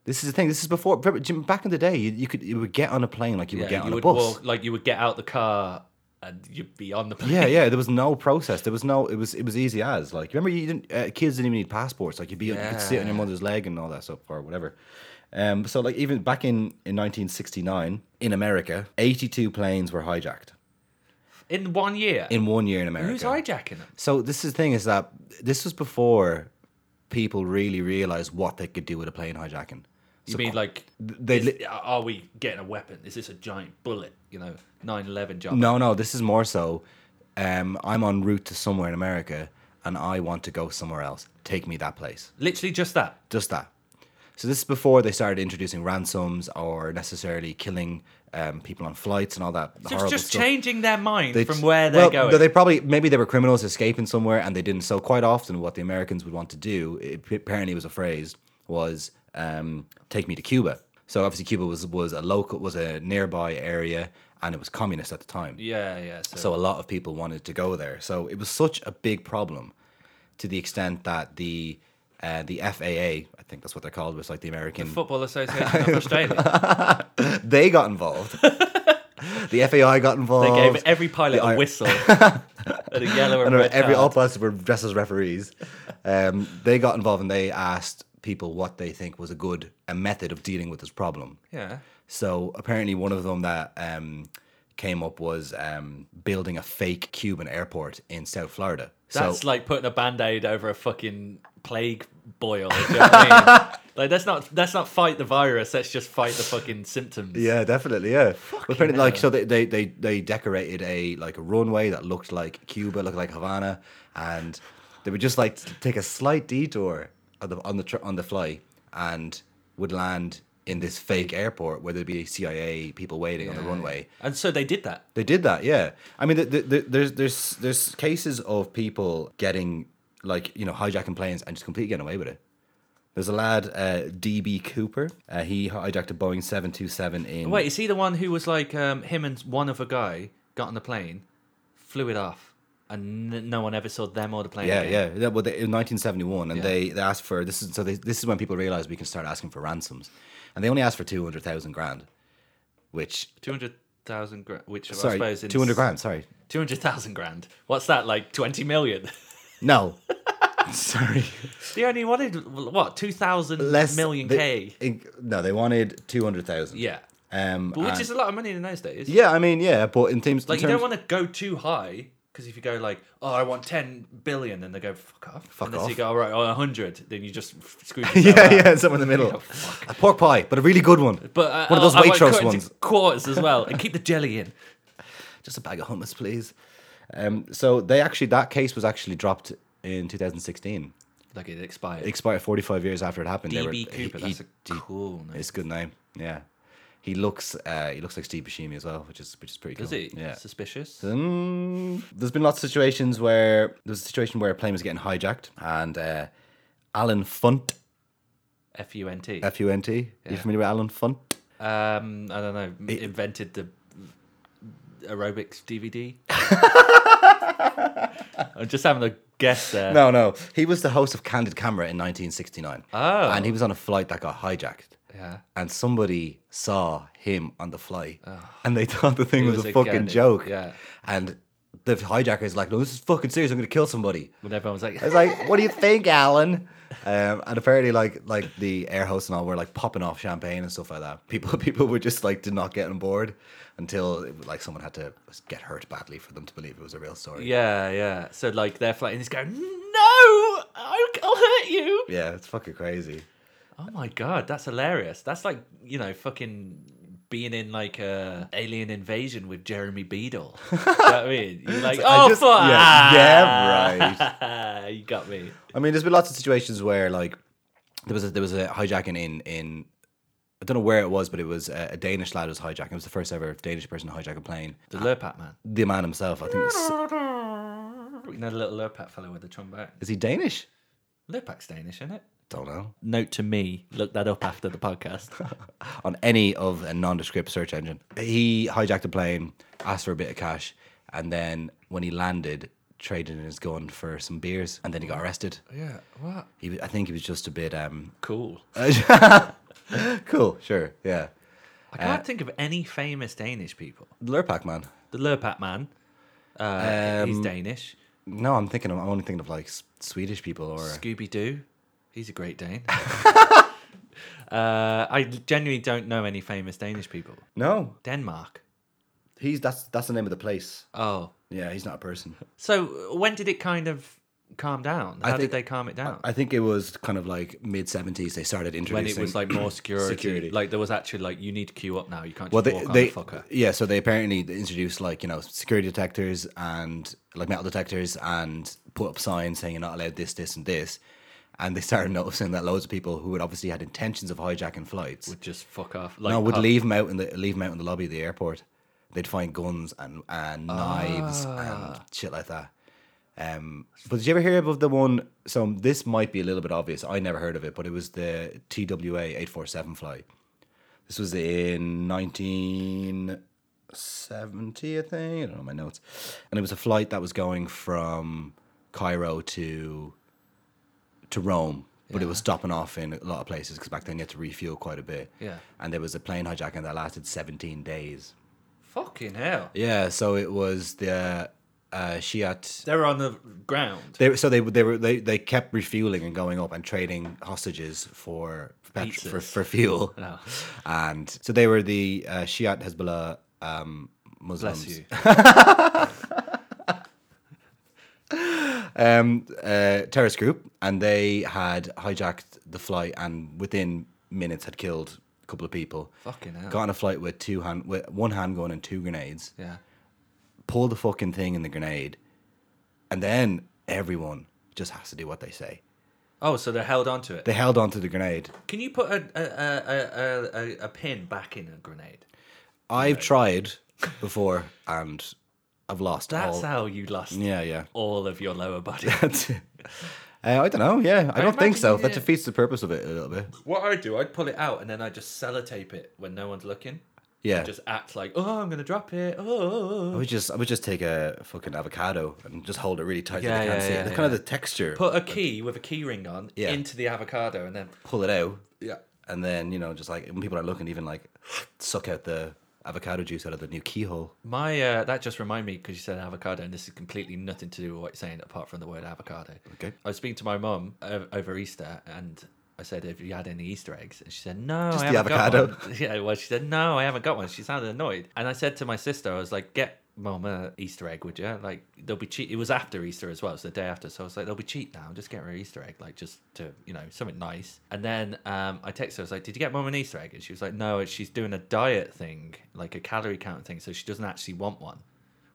this is the thing. This is before remember, Jim, back in the day. You, you could you would get on a plane like you would get on you a would bus. walk like you would get out the car and you'd be on the plane. Yeah, yeah. There was no process. There was no. It was it was easy as like remember you didn't uh, kids didn't even need passports. Like you'd be you could sit on your Yeah. mother's leg and all that stuff or whatever. Um, so like even back in in 1969 in America, 82 planes were hijacked In one year. in one year in America. Who's hijacking them? So this is the thing is that this was before people really realized what they could do with a plane hijacking. You mean like They is- li- are we getting a weapon? Is this a giant bullet? You know, 9/11 job. no, no, this is more so. Um, I'm en route to somewhere in America, and I want to go somewhere else. Take me that place. Literally just that. Just that. So this is before they started introducing ransoms or necessarily killing um, people on flights and all that So horrible it's just stuff. changing their mind They- from where they're well, going. no, They probably maybe they were criminals escaping somewhere, and they didn't. So quite often, what the Americans would want to do, it apparently was a phrase, was um, "take me to Cuba." So obviously, Cuba was was a local, was a nearby area, and it was communist at the time. yeah, yeah. So, So a lot of people wanted to go there. So it was such a big problem, to the extent that the uh, the FAA, I think that's what they're called, was like the American Football Association of Australia. they got involved. the FAI got They involved. gave every pilot The a ir- whistle and a yellow and and red every all card. pilots were dressed as referees. Um, they got involved and they asked people what they think was a good a method of dealing with this problem. Yeah. So apparently, one of them that um, came up was um, building a fake Cuban airport in South Florida. That's so, like putting a band-aid over a fucking plague boil. do you know what I mean? Like that's not that's not fight the virus, that's just fight the fucking symptoms. yeah, definitely, yeah. But apparently, like, so they, they they they decorated a like a runway that looked like Cuba, looked like Havana, and they would just like take a slight detour on the on the tr- on the fly and would land in this fake airport where there'd be CIA people waiting on the runway. And so they did that. They did that, yeah. I mean, the, the, the, there's there's there's cases of people getting like you know hijacking planes and just completely getting away with it. There's a lad, uh, DB Cooper. Uh, he hijacked a Boeing seven two seven in. Wait, is he the one who was like um, him and one other guy got on the plane, flew it off, and n- no one ever saw them or the plane? yeah, again? yeah. That- well, they, in 1971, and Yeah. they, they asked for this is so they, this is when people realized we can start asking for ransoms, and they only asked for two hundred thousand grand, which two hundred thousand grand. Which I sorry, suppose in two hundred grand, sorry, Two hundred thousand grand. What's that like? Twenty million. no, sorry, they only wanted what two thousand less million they- k. in- no, they wanted two hundred thousand. Yeah, um, but which and- is a lot of money in those days. Yeah, I mean, yeah, but in terms, Like in you terms don't want to go too high because if you go like, oh, I want ten billion, then they go fuck off. Fuck Unless off. you go all right, oh, hundred, then you just f- screw yourself. yeah, up. yeah, somewhere in the middle. a pork pie, but a really good one. Oh, But uh, one of those I- I want Waitrose cut into ones. quarters as well, and keep the jelly in. Just a bag of hummus, please. Um, so they actually that case was actually dropped in 2016. Like it expired. It expired 45 years after it happened. They were- DB he- Cooper, he- that's a cool name. it's a good name. Yeah, he looks uh, he looks like Steve Buscemi as well, which is which is pretty Is cool. it Yeah. suspicious? Mm, there's been lots of situations where there was a situation where a plane was getting hijacked, and uh, Alan Funt, F U N T. F U N T. You familiar with Alan Funt? Um, I don't know. invented the aerobics DVD. I'm just having a guess there. No, no. He was the host of Candid Camera in 1969. Oh. And he was on a flight that got hijacked. Yeah. And somebody saw him on the flight. And they thought the thing was, was a a fucking candid, joke. yeah. And the hijacker's like, no, this is fucking serious. I'm going to kill somebody. When everyone was like, I was like, what do you think, Alan? Um, and apparently, like, like the air hosts and all were like popping off champagne and stuff like that. People, people were just like did not get on board until like someone had to get hurt badly for them to believe it was a real story. yeah, yeah. So like they're flying. He's going, no, I'll, I'll hurt you. yeah it's fucking crazy. Oh my god, that's hilarious. That's like you know fucking being in like a alien invasion with Jeremy Beadle. Do you know what I mean? You're like, I oh just- fuck, yeah, yeah, right. you got me. I mean, there's been lots of situations where like there was a, there was a hijacking in in I don't know where it was, but it was a, a Danish lad was hijacking. It was the first ever Danish person to hijack a plane. The Lurpat man. The man himself, I think, is, You know the little Lurpak fellow with the trombone. is he Danish? Lurpak's Danish, isn't it? Don't know. Note to me, look that up after the podcast. On any of a nondescript search engine, he hijacked a plane, asked for a bit of cash, and then when he landed, traded in his gun for some beers, and then he got arrested. Oh, yeah, what? He, was- I think he was just a bit um, Cool. cool. Sure, yeah. Uh, I can't think of any famous Danish people. Lurpak man. The Lurpak man, uh, um, he's Danish. No, I'm thinking. Of, I'm only thinking of like S- Swedish people or Scooby Doo, he's a great Dane. uh, I genuinely don't know any famous Danish people. no. Denmark. He's that's that's the name of the place. Oh, Yeah, he's not a person. so when did it kind of calm down? How think- did they calm it down? I think it was kind of like mid '70s they started when introducing. it was like more security, Security. like there was actually like you need to queue up now. You can't just well, walk they, on they the fucker. yeah, so they apparently introduced like you know security detectors and like metal detectors and put up signs saying you're not allowed this, this, and this, and they started noticing that loads of people who had obviously had intentions of hijacking flights Would just fuck off. Like, no, would uh, leave them out in the leave 'em out in the lobby of the airport. They'd find guns and, and knives Ah. and shit like that. Um, but did you ever hear of the one? So this might be a little bit obvious. I never heard of it, but it was the TWA eight four seven flight. This was in nineteen seventy, I think. I don't know my notes. And it was a flight that was going from Cairo to to Rome, but it was stopping off in a lot of places because back then you had to refuel quite a bit. Yeah. And there was a plane hijacking that lasted 17 days. Fucking hell. Yeah, so it was the uh, Shiite. They're on the ground. They, were- so they they were they, they kept refueling and going up and trading hostages for pet- Pizzas. for, for fuel, and so they were the uh, Shiite Hezbollah um, Muslims. Bless you. um, uh, terrorist group, and they had hijacked the flight, and within minutes had killed a couple of people. Fucking hell. Got on a flight with two hand, with one hand gun and two grenades. Yeah. Pulled the fucking thing in the grenade, and then everyone just has to do what they say. Oh, so they're held onto it. They held onto the grenade. Can you put a a, a, a, a, a pin back in a grenade? I've tried before, and I've lost. That's all. how you lost Oh. yeah, yeah. all of your lower body. That's it. Uh, I don't know. Yeah, I, don't think imagine so. you That did- defeats the purpose of it a little bit. what I do, I'd pull it out and then I just sellotape it when no one's looking. Yeah. Just act like, oh, I'm gonna drop it. Oh, Oh, I oh. would just I would just take a fucking avocado and just hold it really tight so Yeah, they can't yeah, see yeah, it. The kind of yeah. the texture. put a key with a key ring on Yeah. into the avocado and then pull it out, yeah. and then you know just like when people are looking, even like suck out the avocado juice out of the new keyhole. My uh, that just reminded me because you said avocado, and this is completely nothing to do with what you're saying apart from the word avocado. Okay. I was speaking to my mum o- over Easter, and I said, "Have you had any Easter eggs?" And she said, "No, Just I the haven't avocado. got one." Yeah, well, she said, "No, I haven't got one." She sounded annoyed, and I said to my sister, "I was like, get." Mum, a Easter egg, would you? Like, they'll be cheap. It was after Easter as well, it's the day after. So I was like, they'll be cheap now. Just get her an Easter egg, like, just to, you know, something nice. And then um, I texted her, I was like, Did you get mum an Easter egg? And she was like, No, she's doing a diet thing, like a calorie count thing. So she doesn't actually want one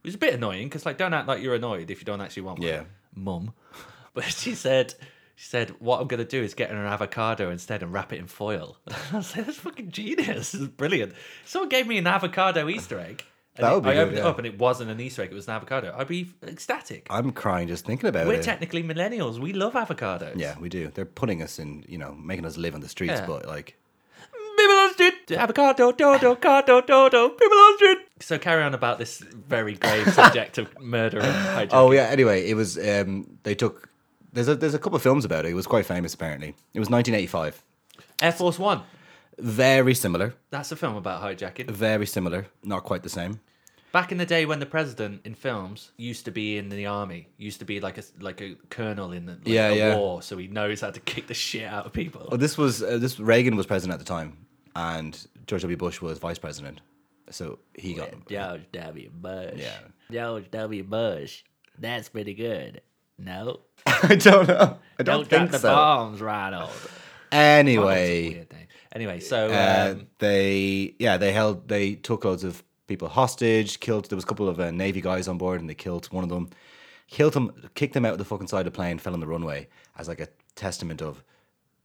which is a bit annoying because like don't act like you're annoyed if you don't actually want one. Yeah. mum. But she said, she said, what I'm gonna do is get her an avocado instead and wrap it in foil. I was like, that's fucking genius. This is brilliant. Someone gave me an avocado Easter egg. and That it- would be I good, opened it yeah. up and it wasn't an Easter egg. It was an avocado. I'd be ecstatic. I'm crying just thinking about We're it. technically millennials. We love avocados. yeah, we do. They're putting us in, you know, making us live on the streets, Yeah. but like People on the street, avocado, dodo, cardo, dodo. People on the street. So carry on about this very grave subject of murder and hijacking. Oh yeah. Anyway, it was. Um, they took. There's a there's a couple of films about it. It was quite famous apparently. It was 1985. Air Force One. Very similar. That's a film about hijacking. Very similar. Not quite the same. Back in the day when the president in films used to be in the army, used to be like a like a colonel in the, like Yeah, a yeah. war, so he knows how to kick the shit out of people. Well, this was uh, this Reagan was president at the time, and George W. Bush was vice president. So he got George W. Bush. Yeah. George W. Bush. That's pretty good. No. I don't know. I Don't drop don't, think the so. bombs, Ronald. Anyway, Weird name. Anyway, so uh, um, they yeah they held they took loads of people hostage. Killed there was a couple of uh, Navy guys on board, and they killed one of them. Killed him, kicked him out of the fucking side of the plane, fell on the runway as like a testament of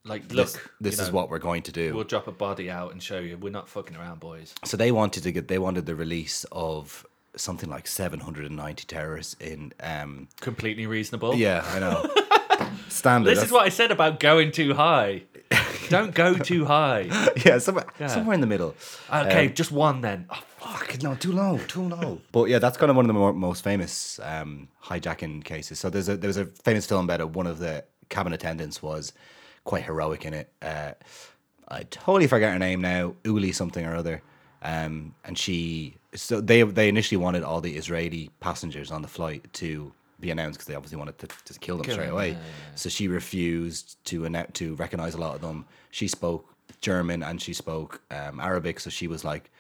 like look, this, this you is know, what we're going to do. we'll drop a body out and show you we're not fucking around, boys. so they wanted to get they wanted the release of something like 790 terrorists in um Completely reasonable. yeah i know standard This that's- is what I said about going too high. Don't go too high. yeah, somewhere, somewhere in the middle. Um, Okay, just one then. Oh, fuck. Fucking no, too low, too low. but yeah, that's kind of one of the more, most famous um, hijacking cases. So there's a there was a famous film about it. One of the cabin attendants was quite heroic in it. Uh, I totally forget her name now. Uli something or other. Um, and she so they they initially wanted all the Israeli passengers on the flight to be announced because they obviously wanted to just kill them straight them, away. yeah, yeah, So she refused to announce, to recognize a lot of them. She spoke German and she spoke um, Arabic, so she was like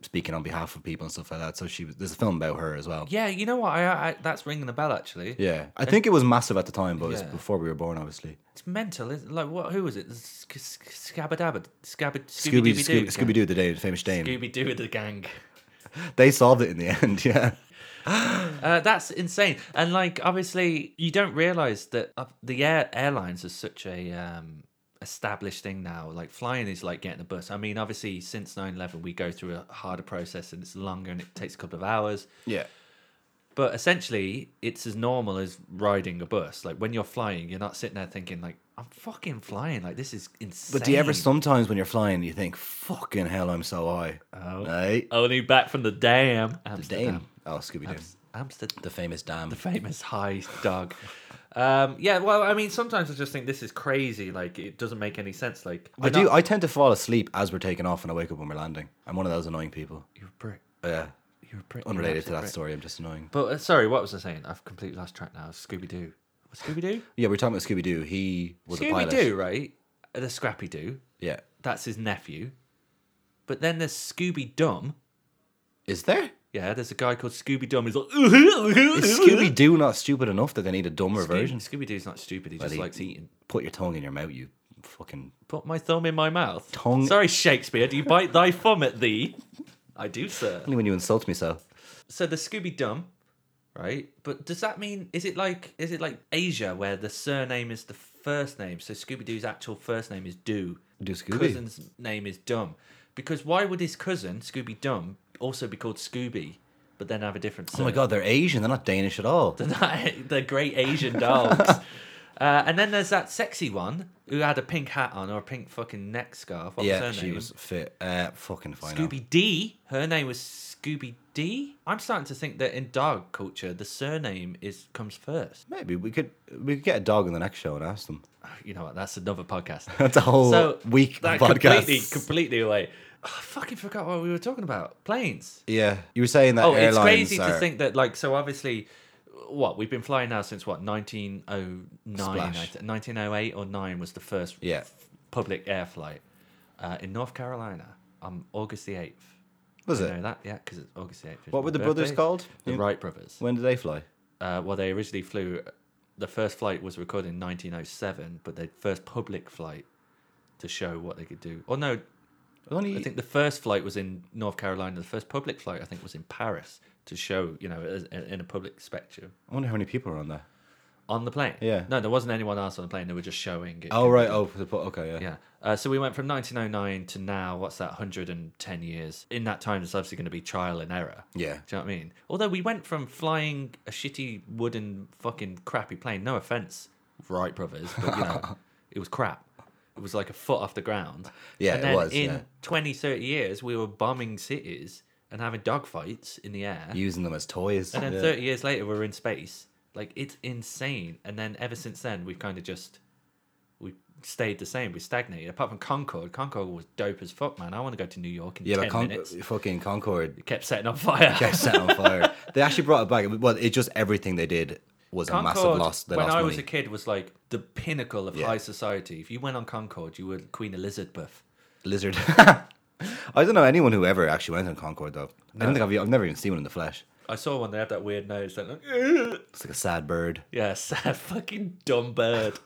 speaking on behalf of people and stuff like that. So she was, there's a film about her as well. Yeah, you know what? I, I that's ringing a bell actually. Yeah. I think it was massive at the time, but it was Yeah. before we were born, obviously. It's mental, isn't it? Like what? Who was it? Sc- sc- Scabadabba, Scabba, Scooby Scooby Scooby Doo, the Dane, famous Dane. Scooby Doo with the gang. They solved it in the end. Yeah. Uh, that's insane. And like, obviously, you don't realize that uh, the air airlines are such a um, established thing now. Like, flying is like getting a bus. I mean, obviously, since 9-11, we go through a harder process and it's longer and it takes a couple of hours. Yeah. But essentially, it's as normal as riding a bus. Like when you're flying, you're not sitting there thinking like, "I'm fucking flying." Like this is insane. But do you ever sometimes when you're flying, you think, "Fucking hell, I'm so high." Oh. Right? Only back from the dam, Damn. Amsterdam. Oh, Scooby Doo. Amsterdam. The famous dam. the famous high dog. Um, yeah, well, I mean, sometimes I just think this is crazy. Like, it doesn't make any sense. Like, I do. I tend to fall asleep as we're taking off, and I wake up when we're landing. I'm one of those annoying people. You're a prick. Yeah. You're a prick. You're an Unrelated absolute to that prick. story, I'm just annoying. But uh, sorry, what was I saying? I've completely lost track now. Scooby Doo. Scooby Doo. Yeah, we are talking about Scooby Doo. He was a Scooby pilot. Doo, right? Uh, The Scrappy Doo. Yeah. That's his nephew. But then there's Scooby Dum. Is there? Yeah, there's a guy called Scooby Dum. He's like, Is Scooby Scooby Doo not stupid enough that they need a dumber version? Scooby Doo's not stupid. He Well, just he- likes eating. Put your tongue in your mouth, you fucking. Put my thumb in my mouth. Tongue- Sorry, Shakespeare. Do you bite thy thumb at thee? I do, sir. Only when you insult me, so. so the Scooby Dum, right? But does that mean is it like is it like Asia where the surname is the first name? So Scooby Doo's actual first name is Do. Do Scooby. Cousin's name is Dumb. Because why would his cousin Scooby Dum also be called Scooby, but then have a different? Oh my surname? god, they're Asian. They're not Danish at all. the great Asian dogs. uh, and then there's that sexy one who had a pink hat on or a pink fucking neck scarf. What yeah, was her she name? was fit. Uh, fucking fine. Scooby D. Her name was Scooby D. I'm starting to think that in dog culture, the surname is comes first. Maybe we could we could get a dog in the next show and ask them. You know what? That's another podcast. That's a whole week that Oh, podcast. Completely, completely away. I fucking forgot what we were talking about. Planes. Yeah, you were saying that. Oh, airlines it's crazy are- to think that, like, so obviously, what we've been flying now since what 1909, I Splash. th- 1908 or nine was the first Yeah. public air flight uh, in North Carolina on August the eighth. Was You it? know that? Yeah, because it's August the eighth. is What my were the brothers birthday. called? The You- Wright brothers. When did they fly? Uh, well, they originally flew. The first flight was recorded in 1907, but their first public flight to show what they could do. Or no, It was Only I think the first flight was in North Carolina. The first public flight, I think, was in Paris to show, you know, as- in a public spectrum I wonder how many people are on there. on the plane. Yeah. No, there wasn't anyone else on the plane. They were just showing it. Oh right. Oh, for the po- okay. Yeah. Yeah. Uh, so we went from 1909 to now, what's that, 110 years. In that time, there's obviously going to be trial and error. Yeah. Do you know what I mean? Although we went from flying a shitty wooden fucking crappy plane, no offense, Wright brothers, but you know, it was crap. It was like a foot off the ground. Yeah, and it then was, In yeah. 20, 30 years, we were bombing cities and having dogfights in the air. Using them as toys. and then yeah. 30 years later, we're in space. Like, it's insane. And then ever since then, we've kind of just. We stayed the same. We stagnated. Apart from Concorde, Concorde was dope as fuck, man. I want to go to New York in Yeah, but 10 Con- minutes. fucking Concorde It kept setting on fire. got set on fire. They actually brought it back. Well, it just everything they did was a massive Concord, loss. They when lost I money. was a kid, was like the pinnacle of Yeah. high society. If you went on Concord, you were Queen Elizabeth. lizard. I don't know anyone who ever actually went on Concorde though. I don't think I've, I've never even seen one in the flesh. I saw one. They had that weird nose. That like, It's like a sad bird. yeah, sad fucking dumb bird.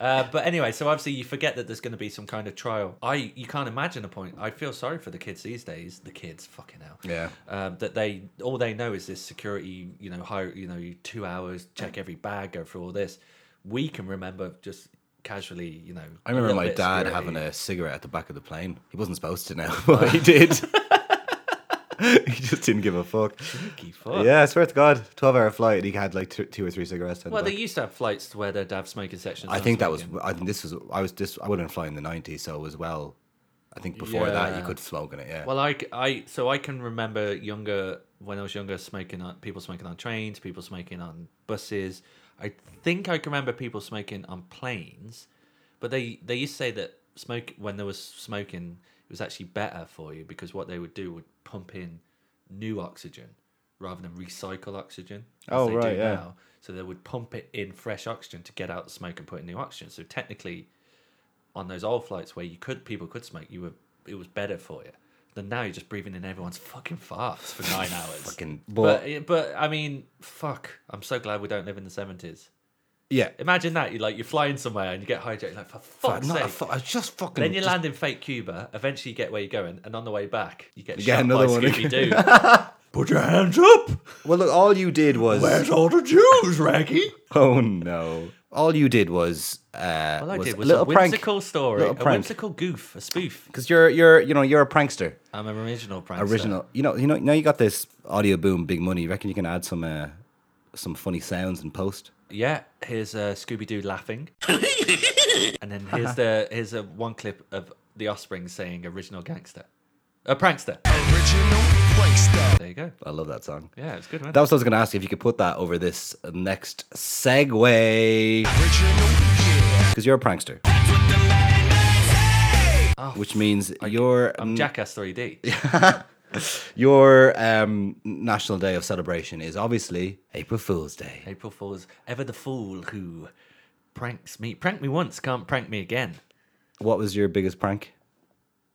Uh, but anyway, so obviously you forget that there's going to be some kind of trial. I you can't imagine a point. I feel sorry for the kids these days. The kids, fucking hell. Yeah. Um, that they all they know is this security. You know, hire. You know, two hours, check every bag, go through all this. We can remember just casually. You know, I remember my dad having a cigarette at the back of the plane. He wasn't supposed to now, but he did. he just didn't give a fuck. fuck. Yeah, I swear to God, twelve-hour flight, and he had like two, two or three cigarettes. at the Well, they back. used to have flights where they'd have smoking sections. I on think that was. smoking. I think this was. I was just. I would have been flying in the '90s, so it was well. I think before that, you Yeah. could smoke in it. Yeah. Well, I, c- I- so I can remember younger when I was younger smoking on people smoking on trains, people smoking on buses. I think I can remember people smoking on planes, but they they used to say that smoke when there was smoking it was actually better for you because what they would do would pump in new oxygen rather than recycle oxygen. as Oh, they right, yeah. So they would pump it in fresh oxygen to get out the smoke and put in new oxygen. So technically, on those old flights where you could people could smoke, you were it was better for you. Than now you're just breathing in everyone's fucking farts for nine hours. eh, Fucking. But, But but I mean, fuck! I'm so glad we don't live in the seventies. Yeah. Imagine that you like you're flying somewhere and you get hijacked. Like for Fuck, fuck's not a sake. fu- I just fucking. then you just- land in fake Cuba. Eventually, you get where you're going, and on the way back, you get You get shot another by one. Scooby Doo. Put your hands up. Well, look, all you did was. all the Jews, Raggy? Oh no! All you did was. Uh, All I was did a was a, little prank. whimsical story, little a prank. whimsical goof, a spoof. Because you're you're you know you're a prankster. I'm an original prankster. original. You know, you know, now you got this audio boom, big money. You reckon you can add some uh, some funny sounds in post? Yeah, here's uh, Scooby Doo laughing, and then here's the here's a one clip of the Offspring saying "original gangster," a prankster. Original prankster. There you go. I love that song. Yeah, it's good. Man. That was what I was going to ask you if you could put that over this next segue Original, yeah. because you're a prankster, which means your Oh, I'm Jackass 3D. your um, national day of celebration is obviously April Fool's Day. April Fool's ever the fool who pranks me. Prank me once, can't prank me again. What was your biggest prank?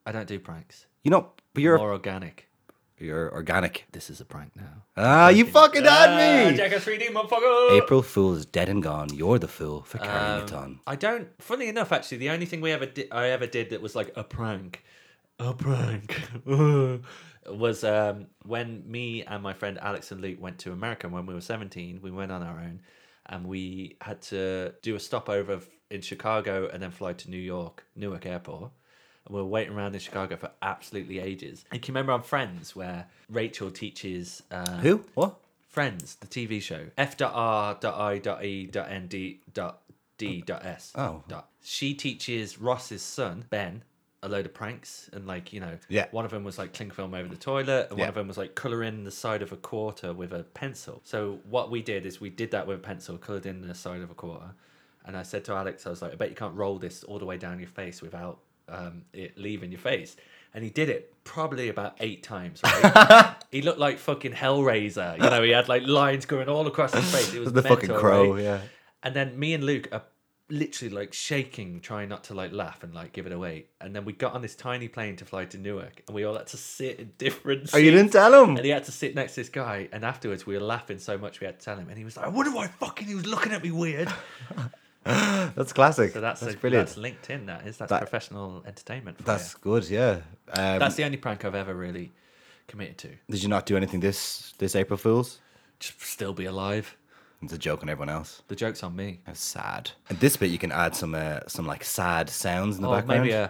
I don't do pranks. You know, but you're More organic. you're organic. This is a prank now. Ah, you fucking Ah, had me. Jackass 3D, motherfucker. April Fool is dead and gone. You're the fool for carrying it on. Um, I don't. Funny enough, actually, the only thing we ever did, I ever did that was like a prank, a prank, was um, when me and my friend Alex and Luke went to America when we were seventeen. We went on our own, and we had to do a stopover f- in Chicago and then fly to New York Newark Airport. And we were waiting around in Chicago for absolutely ages. And can you remember on Friends where Rachel teaches um, Who? What? Friends, the TV show. F dot R dot I dot E dot N D dot D dot S. Oh. Dot. She teaches Ross's son, Ben, a load of pranks. And, like, you know, Yeah. one of them was like cling film over the toilet, and Yeah. one of them was like colouring the side of a quarter with a pencil. So, what we did is we did that with a pencil, coloured in the side of a quarter. And I said to Alex, I was like, I bet you can't roll this all the way down your face without um, it leaving your face. And he did it probably about eight times, right? He looked like fucking Hellraiser. You know, he had like lines going all across his face. It was The fucking mental, crow, right? yeah. And then me and Luke are literally like shaking, trying not to like laugh and like give it away. And then we got on this tiny plane to fly to Newark, and we all had to sit in different. Oh, you seats. didn't tell him? And he had to sit next to this guy, and afterwards we were laughing so much we had to tell him. And he was like, "I wonder why fucking he was looking at me weird." That's classic. So that's that's, that's, brilliant. That's, LinkedIn. That is that's That- professional entertainment. For you. good. Yeah. Um, that's the only prank I've ever really committed to. did you not do anything this this April Fools? Just still be alive. It's a joke on everyone else. The joke's on me. How sad. And this bit you can add some uh, some like sad sounds in the Or background, maybe a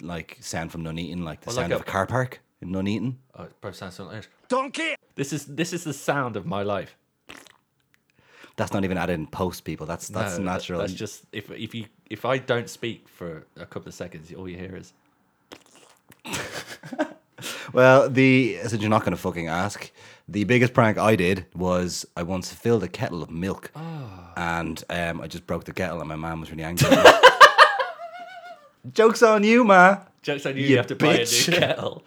like sound from none eating, like the Or like sound a- of a car park in none eating. Oh, it probably sounds something like this. Donkey. This is this is the sound of my life. That's not even added in post, people. That's that's No, that- natural. That's just if if you if I don't speak for a couple of seconds, all you hear is Well, the since you're not going to fucking ask, the biggest prank I did was I once filled a kettle of milk, and um, I just broke the kettle, and my mom was really angry. Jokes on you, ma. jokes on you. You, You have to bitch. Uh, buy a new kettle.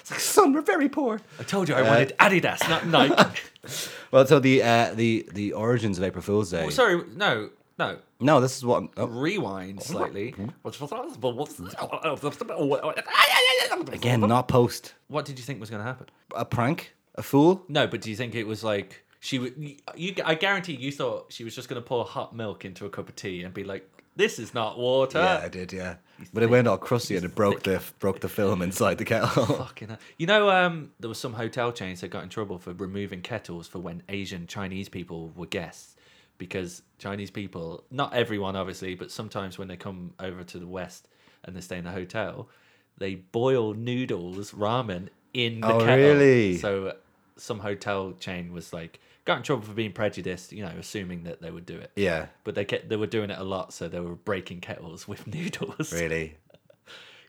It's like, son, we're very poor. I told you I wanted Adidas, not Nike. Well, so the uh, the the origins of April Fool's Day. oh, sorry, no, no. No, this is what. oh, Rewind slightly. again, not post. What did you think was going to happen? A prank, a fool. No, but do you think it was like she would? You, you- I guarantee you thought she was just going to pour hot milk into a cup of tea and be like, "This is not water." Yeah, I did. Yeah, but it went all crusty and it broke the broke the film inside the kettle. Fucking hell. You know, um, there was some hotel chains that got in trouble for removing kettles for when Asian Chinese people were guests. Because Chinese people, not everyone obviously, but sometimes when they come over to the West and they stay in a hotel, they boil noodles, ramen in the Oh, kettle. really? So uh, some hotel chain was like, got in trouble for being prejudiced, you know, assuming that they would do it. yeah, But they kept, they were doing it a lot, so they were breaking kettles with noodles. really.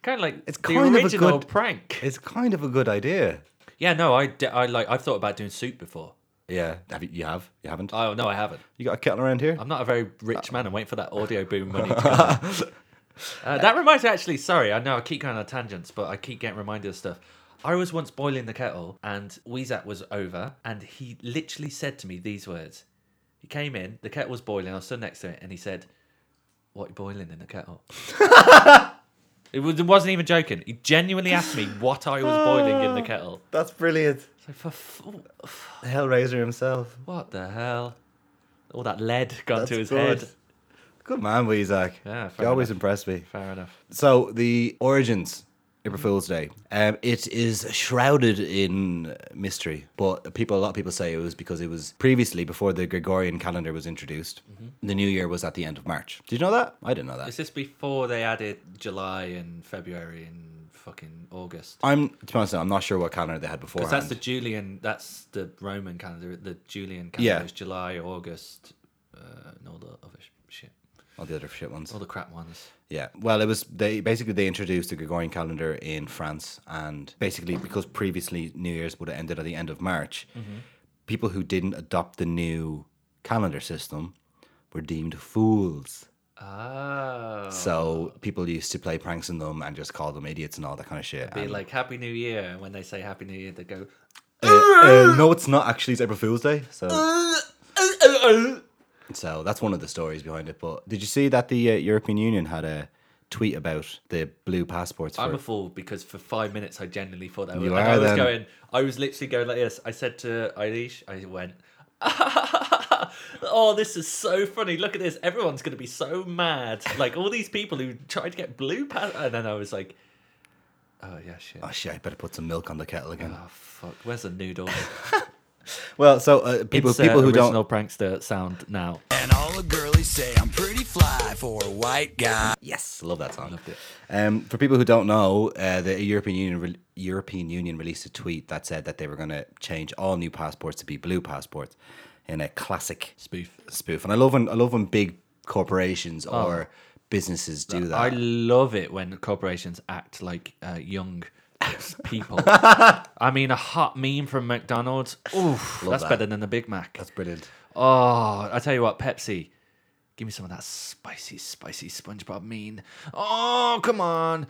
Kind of like it's the kind of a original good- prank. It's kind of a good idea. Yeah, no, I, d- I like I've thought about doing soup before. Yeah, have you, you have you haven't? Oh no, I haven't. You got a kettle around here? I'm not a very rich man. I'm waiting for that audio boom money to come. Uh, that reminds me, actually. Sorry, I know I keep going on tangents, but I keep getting reminded of stuff. I was once boiling the kettle, and Weezat was over, and he literally said to me these words. He came in, the kettle was boiling. I was stood next to it, and he said, "What are you boiling in the kettle?" It was, it wasn't even joking. He genuinely asked me what I was boiling in the kettle. That's brilliant. It's like, for f- Hellraiser himself. what the hell? All that lead got That's to his good. head. Good man, Weezak. Yeah, you fair always enough. impress me. Fair enough. So the origins, April Fool's Day. Um, it is shrouded in mystery, but people, a lot of people say it was because it was previously before the Gregorian calendar was introduced. The New Year was at the end of March. Did you know that? I didn't know that. Mm-hmm. Is this before they added July and February and fucking August? I'm to be honest, I'm not sure what calendar they had before. Because that's the Julian, that's the Roman calendar. The Julian calendar Yeah. is July, August, uh, and all the other sh- shit, all the other shit ones. all the crap ones. Yeah. Well, it was they basically they introduced the Gregorian calendar in France, and basically because previously New Year's would have ended at the end of March, Mm-hmm. people who didn't adopt the new calendar system were deemed fools. Oh. So people used to play pranks on them and just call them idiots and all that kind of shit. Be And, like Happy New Year. and When they say Happy New Year, they go. uh, "Ah!" uh, no, it's not actually. It's April Fool's Day. So, Uh. Oh, so that's one of the stories behind it. But did you see that the uh, European Union had a tweet about the blue passports? I'm for- a fool because for five minutes I genuinely thought that was. You like, I are was then. going. I was literally going like this. I said to Eilish, I went. oh, this is so funny! Look at this. Everyone's going to be so mad. Like all these people who tried to get blue pass, and then I was like, oh yeah, shit. oh shit! I better put some milk on the kettle again. Oh fuck! Where's the noodle? Well, so uh, people Insert people who don't original prankster sound now. And all the girlies say I'm pretty fly for a white guy. Yes, love that song. Loved it. Um, for people who don't know, uh, the European Union re- European Union released a tweet that said that they were going to change all new passports to be blue passports in a classic Spoof. Oh. spoof. And I love when I love when big corporations or businesses do that. I love it when corporations act like uh, young people. I mean, a hot meme from McDonald's. Oof, that's that. better than a Big Mac. That's brilliant. Oh, I tell you what, Pepsi, give me some of that spicy, spicy SpongeBob mean. Oh, come on.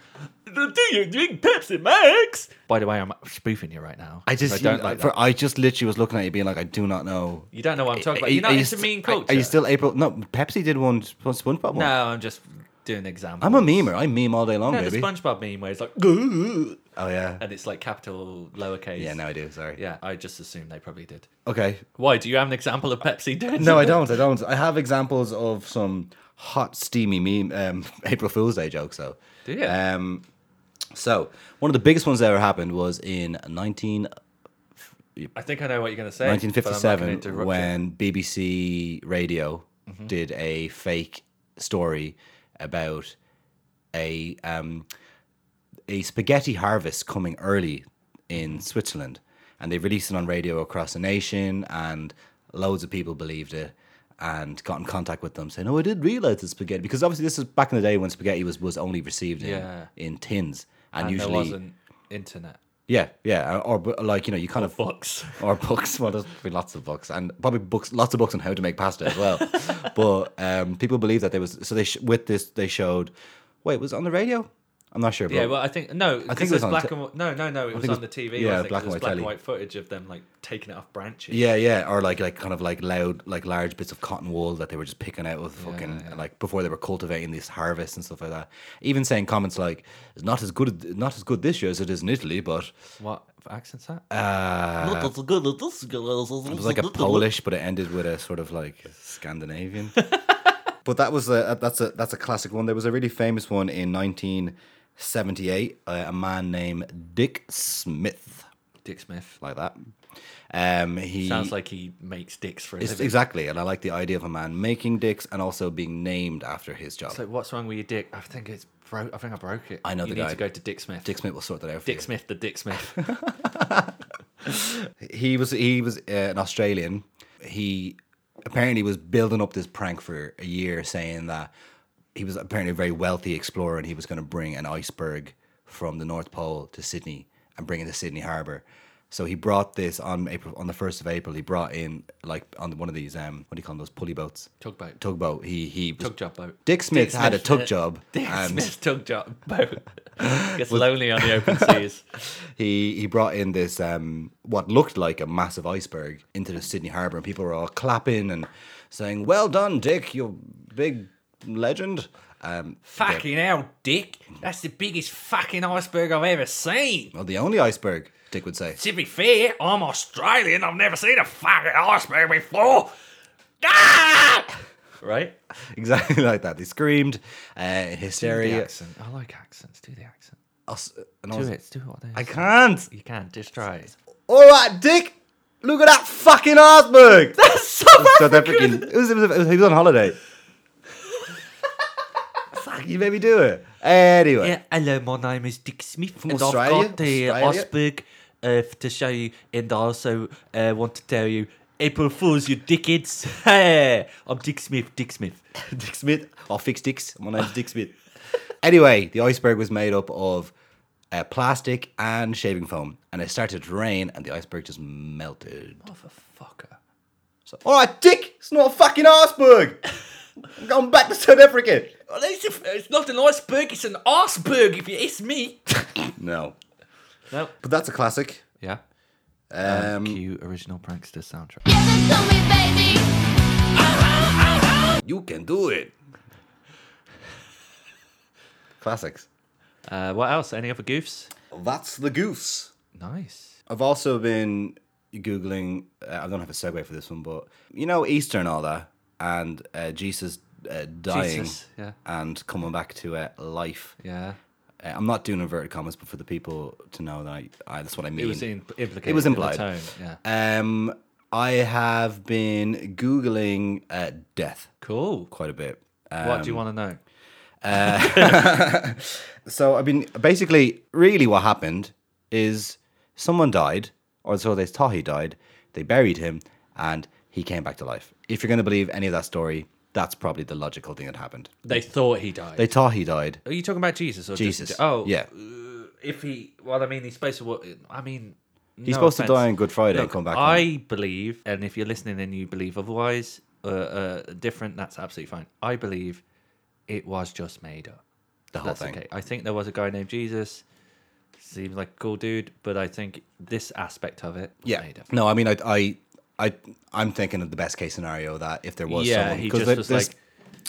Do you drink Pepsi Max? By the way, I'm spoofing you right now. I just I don't like for- that. I just literally was looking at you, being like, I do not know. You don't know what I'm talking Are about. you- You're not are you into st- mean are- culture. Are you still April? No, Pepsi did one. one SpongeBob one. No, I'm just doing examples. I'm a memer. I meme all day long, No, baby. the SpongeBob meme where it's like, "Grr," oh yeah. and it's like capital lowercase. Yeah, no, I do. Sorry. Yeah, I just assumed they probably did. Okay, Why? Do you have an example of Pepsi doing No, I something? don't. I don't. I have examples of some hot, steamy meme um, April Fool's Day jokes, though. Do you? Um, so one of the biggest ones that ever happened was in 19, I think I know what you're going to say. but I'm not gonna interrupt 1957 you. when BBC Radio Mm-hmm. did a fake story about a um, a spaghetti harvest coming early Mm-hmm. in Switzerland, and they released it on radio across the nation, and loads of people believed it. And got in contact with them saying, "Oh, I did realize it's spaghetti because obviously this is back in the day when spaghetti was, was only received in, Yeah. in tins and, And usually there wasn't internet. yeah yeah or, or like you know you kind of Books. or books. Well, there's probably lots of books, and probably books, lots of books on how to make pasta as well. but um, people believe that there was so they sh- with this they showed. Wait, was it on the radio? I'm not sure. But Yeah, well, I think no. I I think it think was on black te- and white. No, no, no. It was think it on the was- TV. wasn't yeah, it? 'Cause black and it was white black telly. and white footage of them like taking it off branches. yeah, yeah, or like like kind of like loud, like large bits of cotton wool that they were just picking out with fucking like before they were cultivating this harvest and stuff like that. Even saying comments like "It's not as good, not as good this year as it is in Italy," but What accent's that? Uh, It was like a Polish, but it ended with a sort of like Scandinavian. but that was a that's a that's a classic one. There was a really famous one in 1978. Uh, a man named Dick Smith, Dick Smith. like that. Um, he Sounds like he makes dicks for a It's- living. exactly, and I like the idea of a man making dicks and also being named after his job. So what's wrong with your dick? I think it's broke. I think I broke it. I know you the need guy. to go to Dick Smith. Dick Smith will sort that out. For Dick you. Smith, the Dick Smith. he was he was uh, an Australian. He apparently was building up this prank for a year, saying that he was apparently a very wealthy explorer and he was going to bring an iceberg from the North Pole to Sydney and bring it to Sydney Harbour. So he brought this on April on the first of April. He brought in like on one of these um what do you call them, those pulley boats Tugboat. tugboat. He he was, Tug job boat. Dick Smith had a tug uh, job Dick and- Smith tug job boat. Gets lonely on the open seas. he he brought in this um what looked like a massive iceberg into the Sydney harbour and people were all clapping and saying well done Dick you big legend Um, Fucking hell, Dick. That's the biggest fucking iceberg I've ever seen. well, the only iceberg, Dick would say. To be fair, I'm Australian. I've never seen a fucking iceberg before. Ah! Right? Exactly like that. They screamed uh, in The hysteria. accent. I like accents. Do the accent. Us- and I Do was- it. Do what they I say. can't. You can't. Just try it. All right, Dick. Look at that fucking iceberg. That's South African. It was, it was, it was- he was on holiday. Fuck, you made me do it. Anyway. Yeah, hello, Eh, my name is Dick Smith, and Australia? I've got the uh, Australia? iceberg uh, to show you, and I also uh, want to tell you, April Fools, you dickheads! Hey, I'm Dick Smith, Dick Smith. Dick Smith. I'll fix dicks. My name's Dick Smith. Anyway, the iceberg was made up of uh, plastic and shaving foam, and it started to rain, and the iceberg just melted. Motherfucker. So, all right, Dick, it's not a fucking iceberg. I'm going back to South Africa. Well, it's, it's not an iceberg, it's an iceberg, if you ask me. No, no. but that's a classic. Yeah. Um, Cue original prankster soundtrack. Give it to me, baby. you can do it. Classics. Uh, what else? Any other goofs? That's the goose. Nice. I've also been googling. Uh, I don't have a segue for this one, but you know Easter and all that, and uh, Jesus uh, dying Jesus, yeah. and coming back to uh, life. Yeah. Uh, I'm not doing inverted commas, but for the people to know that I, I, that's what I mean. It was in, implicated. It was in the implied. tone, Yeah. Um, I have been googling uh, death Cool. quite a bit. what do you want to know? So I've been basically really what happened is someone died, or so they thought he died. They buried him, and he came back to life. If you're going to believe any of that story, that's probably the logical thing that happened. They thought he died. They thought he died. Are you talking about Jesus or just- Jesus. oh, yeah. If he, well, I mean, he's supposed to. wo- I mean, He's supposed to die on Good Friday and come back. I home. believe, and if you're listening and you believe otherwise, uh, uh, different, that's absolutely fine. I believe it was just made up. the whole That's thing. okay. I think there was a guy named Jesus. Seems like a cool dude, but I think this aspect of it was Yeah. made up. No, I mean, I, I, I, I'm thinking of the best case scenario that if there was Yeah, someone, he 'cause just there- was there's- like-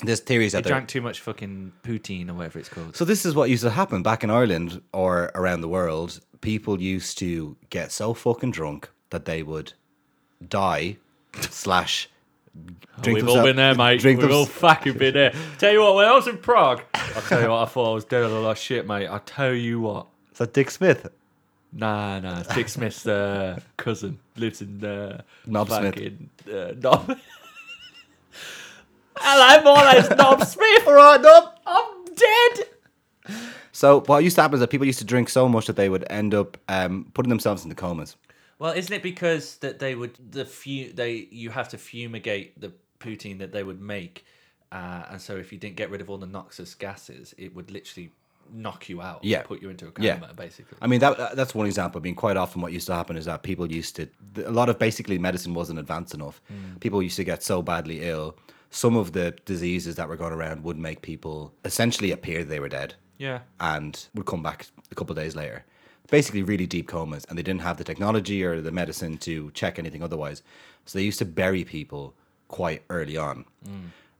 there's theories He out there. drank too much fucking poutine or whatever it's called. So this is what used to happen back in Ireland or around the world. People used to get so fucking drunk that they would die slash drink We've all themselves- been there, mate. Drink We've thems- all fucking been there. Tell you what, when I was in Prague, I'll tell you what, I thought I was doing a lot of shit, mate. I'll tell you what. Is that Dick Smith? Nah, nah. it's Dick Smith's uh, cousin lives in uh, Knob Smith. fucking, Uh, Knob. Hello, my name's Knob Smith. All right, no. I'm dead. So what used to happen is that people used to drink so much that they would end up um, putting themselves into comas. Well, isn't it because that they would the few they you have to fumigate the poutine that they would make, uh, and so if you didn't get rid of all the noxious gases, it would literally knock you out. Yeah. put you into a coma, Yeah. basically. I mean, that that's one example. I mean, quite often what used to happen is that people used to, a lot of basically medicine wasn't advanced enough. Mm. People used to get so badly ill. Some of the diseases that were going around would make people essentially appear they were dead yeah, and would come back a couple of days later. Basically, really deep comas, and they didn't have the technology or the medicine to check anything otherwise. So they used to bury people quite early on.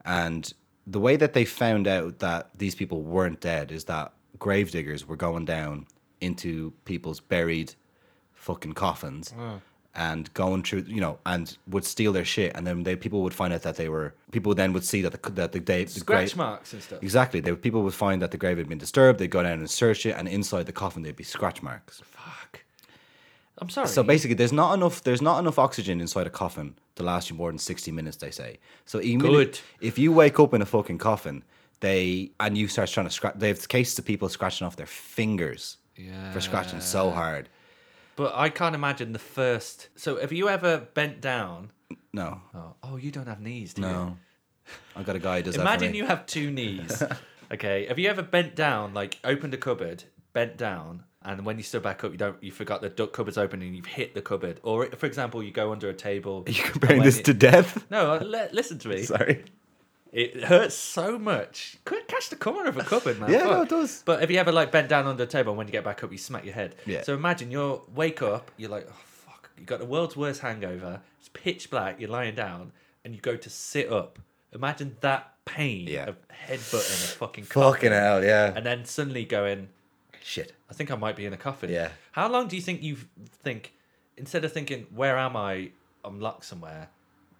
And the way that they found out that these people weren't dead is that gravediggers were going down into people's buried fucking coffins and going through, you know, and would steal their shit. And then they people would find out that they were people. Then would see that the that the day the scratch grave- marks and stuff. Exactly. They, people would find that the grave had been disturbed. They'd go down and search it, and inside the coffin there'd be scratch marks. Fuck. I'm sorry. So basically, there's not enough. There's not enough oxygen inside a coffin to last you more than sixty minutes. They say. So even Good. if you wake up in a fucking coffin, they and you start trying to scratch. They've cases of people scratching off their fingers for scratching so hard. But I can't imagine the first. So have you ever bent down? No, Oh, oh you don't have knees, do no. I've got a guy who does you? that. for Imagine me. you have two knees. okay. Have you ever bent down, like opened a cupboard, bent down, and when you stood back up, you don't, you forgot the du- cupboard's open and you've hit the cupboard, or for example, you go under a table. You're comparing this to death. No, li- listen to me. Sorry. It hurts so much. Could catch the corner of a cupboard, man. Yeah, no, Fuck. it does. But if you ever like bent down under a table and when you get back up, you smack your head. Yeah. So imagine you wake up, you're like, oh fuck, you got the world's worst hangover. It's pitch black. You're lying down, and you go to sit up. Imagine that pain Yeah. of headbutting a fucking coffin Fucking hell, yeah. and then suddenly going, Shit. I think I might be in a coffin. Yeah. How long do you think you think, instead of thinking, where am I? I'm locked somewhere.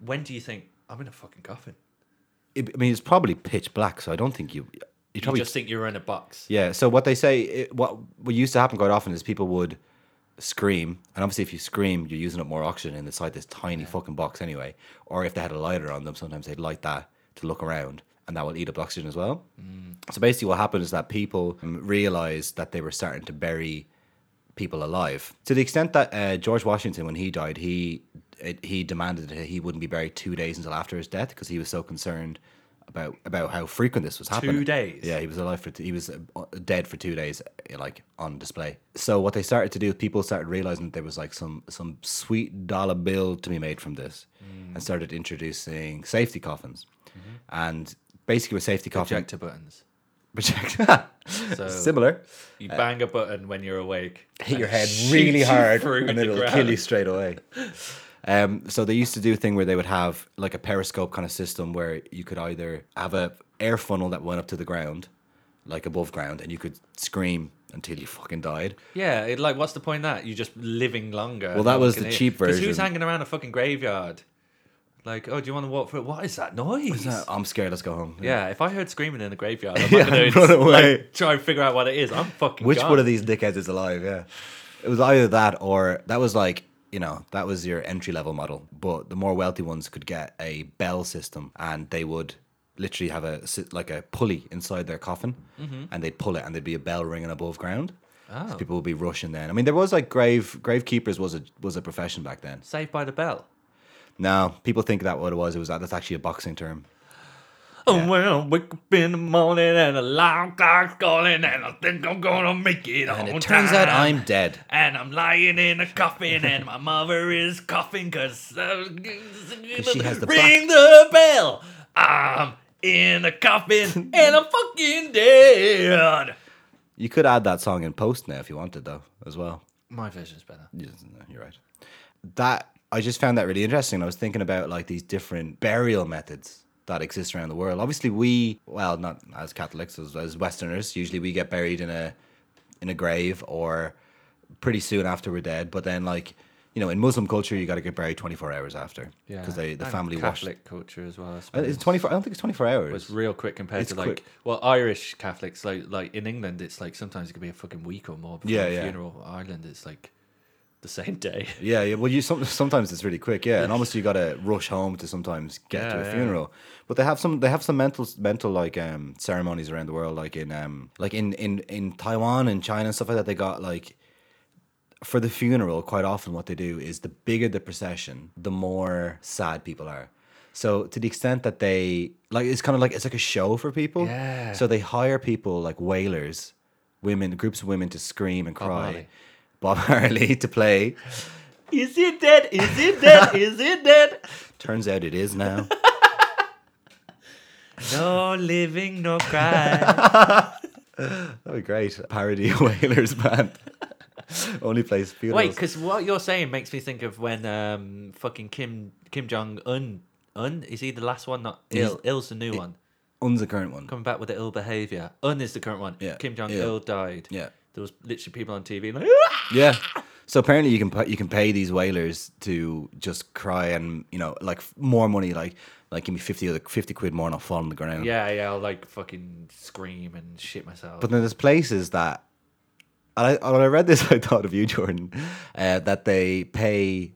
When do you think, I'm in a fucking coffin? It, I mean, it's probably pitch black, so I don't think you. You You probably just think you're in a box. Yeah. So what they say, it, what what used to happen quite often is people would scream, and obviously if you scream, you're using up more oxygen in inside this tiny fucking box anyway. Or if they had a lighter on them, sometimes they'd light that to look around, and that will eat up oxygen as well. So basically, what happened is that people realized that they were starting to bury people alive to the extent that uh, George Washington, when he died, he it, he demanded that he wouldn't be buried two days until after his death because he was so concerned about about how frequent this was happening. days? Yeah, he was alive for t- he was uh, dead for two days, uh, like on display. So what they started to do, people started realizing that there was like some some sweet dollar bill to be made from this, and started introducing safety coffins, and basically with safety coffins, Projector buttons. project similar. You bang a button when you're awake. Uh, hit your head shoot really you hard through and the it'll kill ground. you straight away. Um, so they used to do a thing where they would have like a periscope kind of system where you could either have a air funnel that went up to the ground, like above ground, and you could scream until you fucking died. Yeah, it, like what's the point in that? You're just living longer. Well, that was the cheap Because who's version. hanging around a fucking graveyard? Like, oh, do you want to walk through? What is that noise? I'm scared. Let's go home. Yeah, if I heard screaming in the graveyard, I'm Yeah, not gonna run away. Like, try and figure out what it is. I'm fucking. Which gone. one of these dickheads is alive? Yeah. It was either that or that was like, you know, that was your entry level model. But the more wealthy ones could get a bell system and they would literally have a si- like a pulley inside their coffin and they'd pull it and there'd be a bell ringing above ground. So people would be rushing then. I mean, there was like grave grave keepers was a was a profession back then. Saved by the Bell? Now people think that what it was. It was that that's actually a boxing term. Oh well, wake up in the morning and the alarm clock's calling, and I think I'm gonna make it. And on it turns out time. I'm dead. And I'm lying in a coffin, and my mother is coughing because she has the ring the bell. I'm in a coffin, and I'm fucking dead. You could add that song in post now if you wanted though as well. My version's better. Yeah, no, you're right. That I just found that really interesting. I was thinking about like these different burial methods that exist around the world. Obviously, we well, not as Catholics as, as Westerners, usually we get buried in a in a grave or pretty soon after we're dead. But then, like you know, in Muslim culture, you got to get buried 24 hours after because they the family wash. Catholic culture as well. I Uh, suppose. It's 24. I don't think it's 24 hours. It's real quick compared It's to like quick. well Irish Catholics like like in England it's like sometimes it could be a fucking week or more before Yeah, the yeah. funeral. Ireland it's like the same day. Yeah, yeah. Well, you some, sometimes it's really quick, yeah, and obviously you got to rush home to sometimes get to Yeah, a yeah. funeral. But they have some they have some mental mental like um, ceremonies around the world, like in um, like in, in in Taiwan and China and stuff like that. They got like for the funeral. Quite often, what they do is the bigger the procession, the more sad people are. So to the extent that they like, it's kind of like it's like a show for people. Yeah. So they hire people like wailers, women, groups of women to scream and cry. Marley. Bob Marley to play. Is it dead? Is it dead? Is it dead? Turns out it is now. No living, no cry. That'd be great. Parody of Whalers band. Only plays Wait, funerals. because what you're saying makes me think of when um fucking Kim Kim Jong Un Un is he the last one? Not He's- ill. Ill's the new one. Un's the current one. Coming back with the ill behavior. Un is the current one. Yeah, Kim Jong yeah. Il died. Yeah. There was literally people on TV like. "Ah!" Yeah. So apparently you can pa- you can pay these whalers to just cry and you know like f- more money like like give me fifty other fifty quid more and I'll fall on the ground. Yeah, yeah, I'll like fucking scream and shit myself. But then there's places that, and I, when I read this, I thought of you, Jordan, uh, that they pay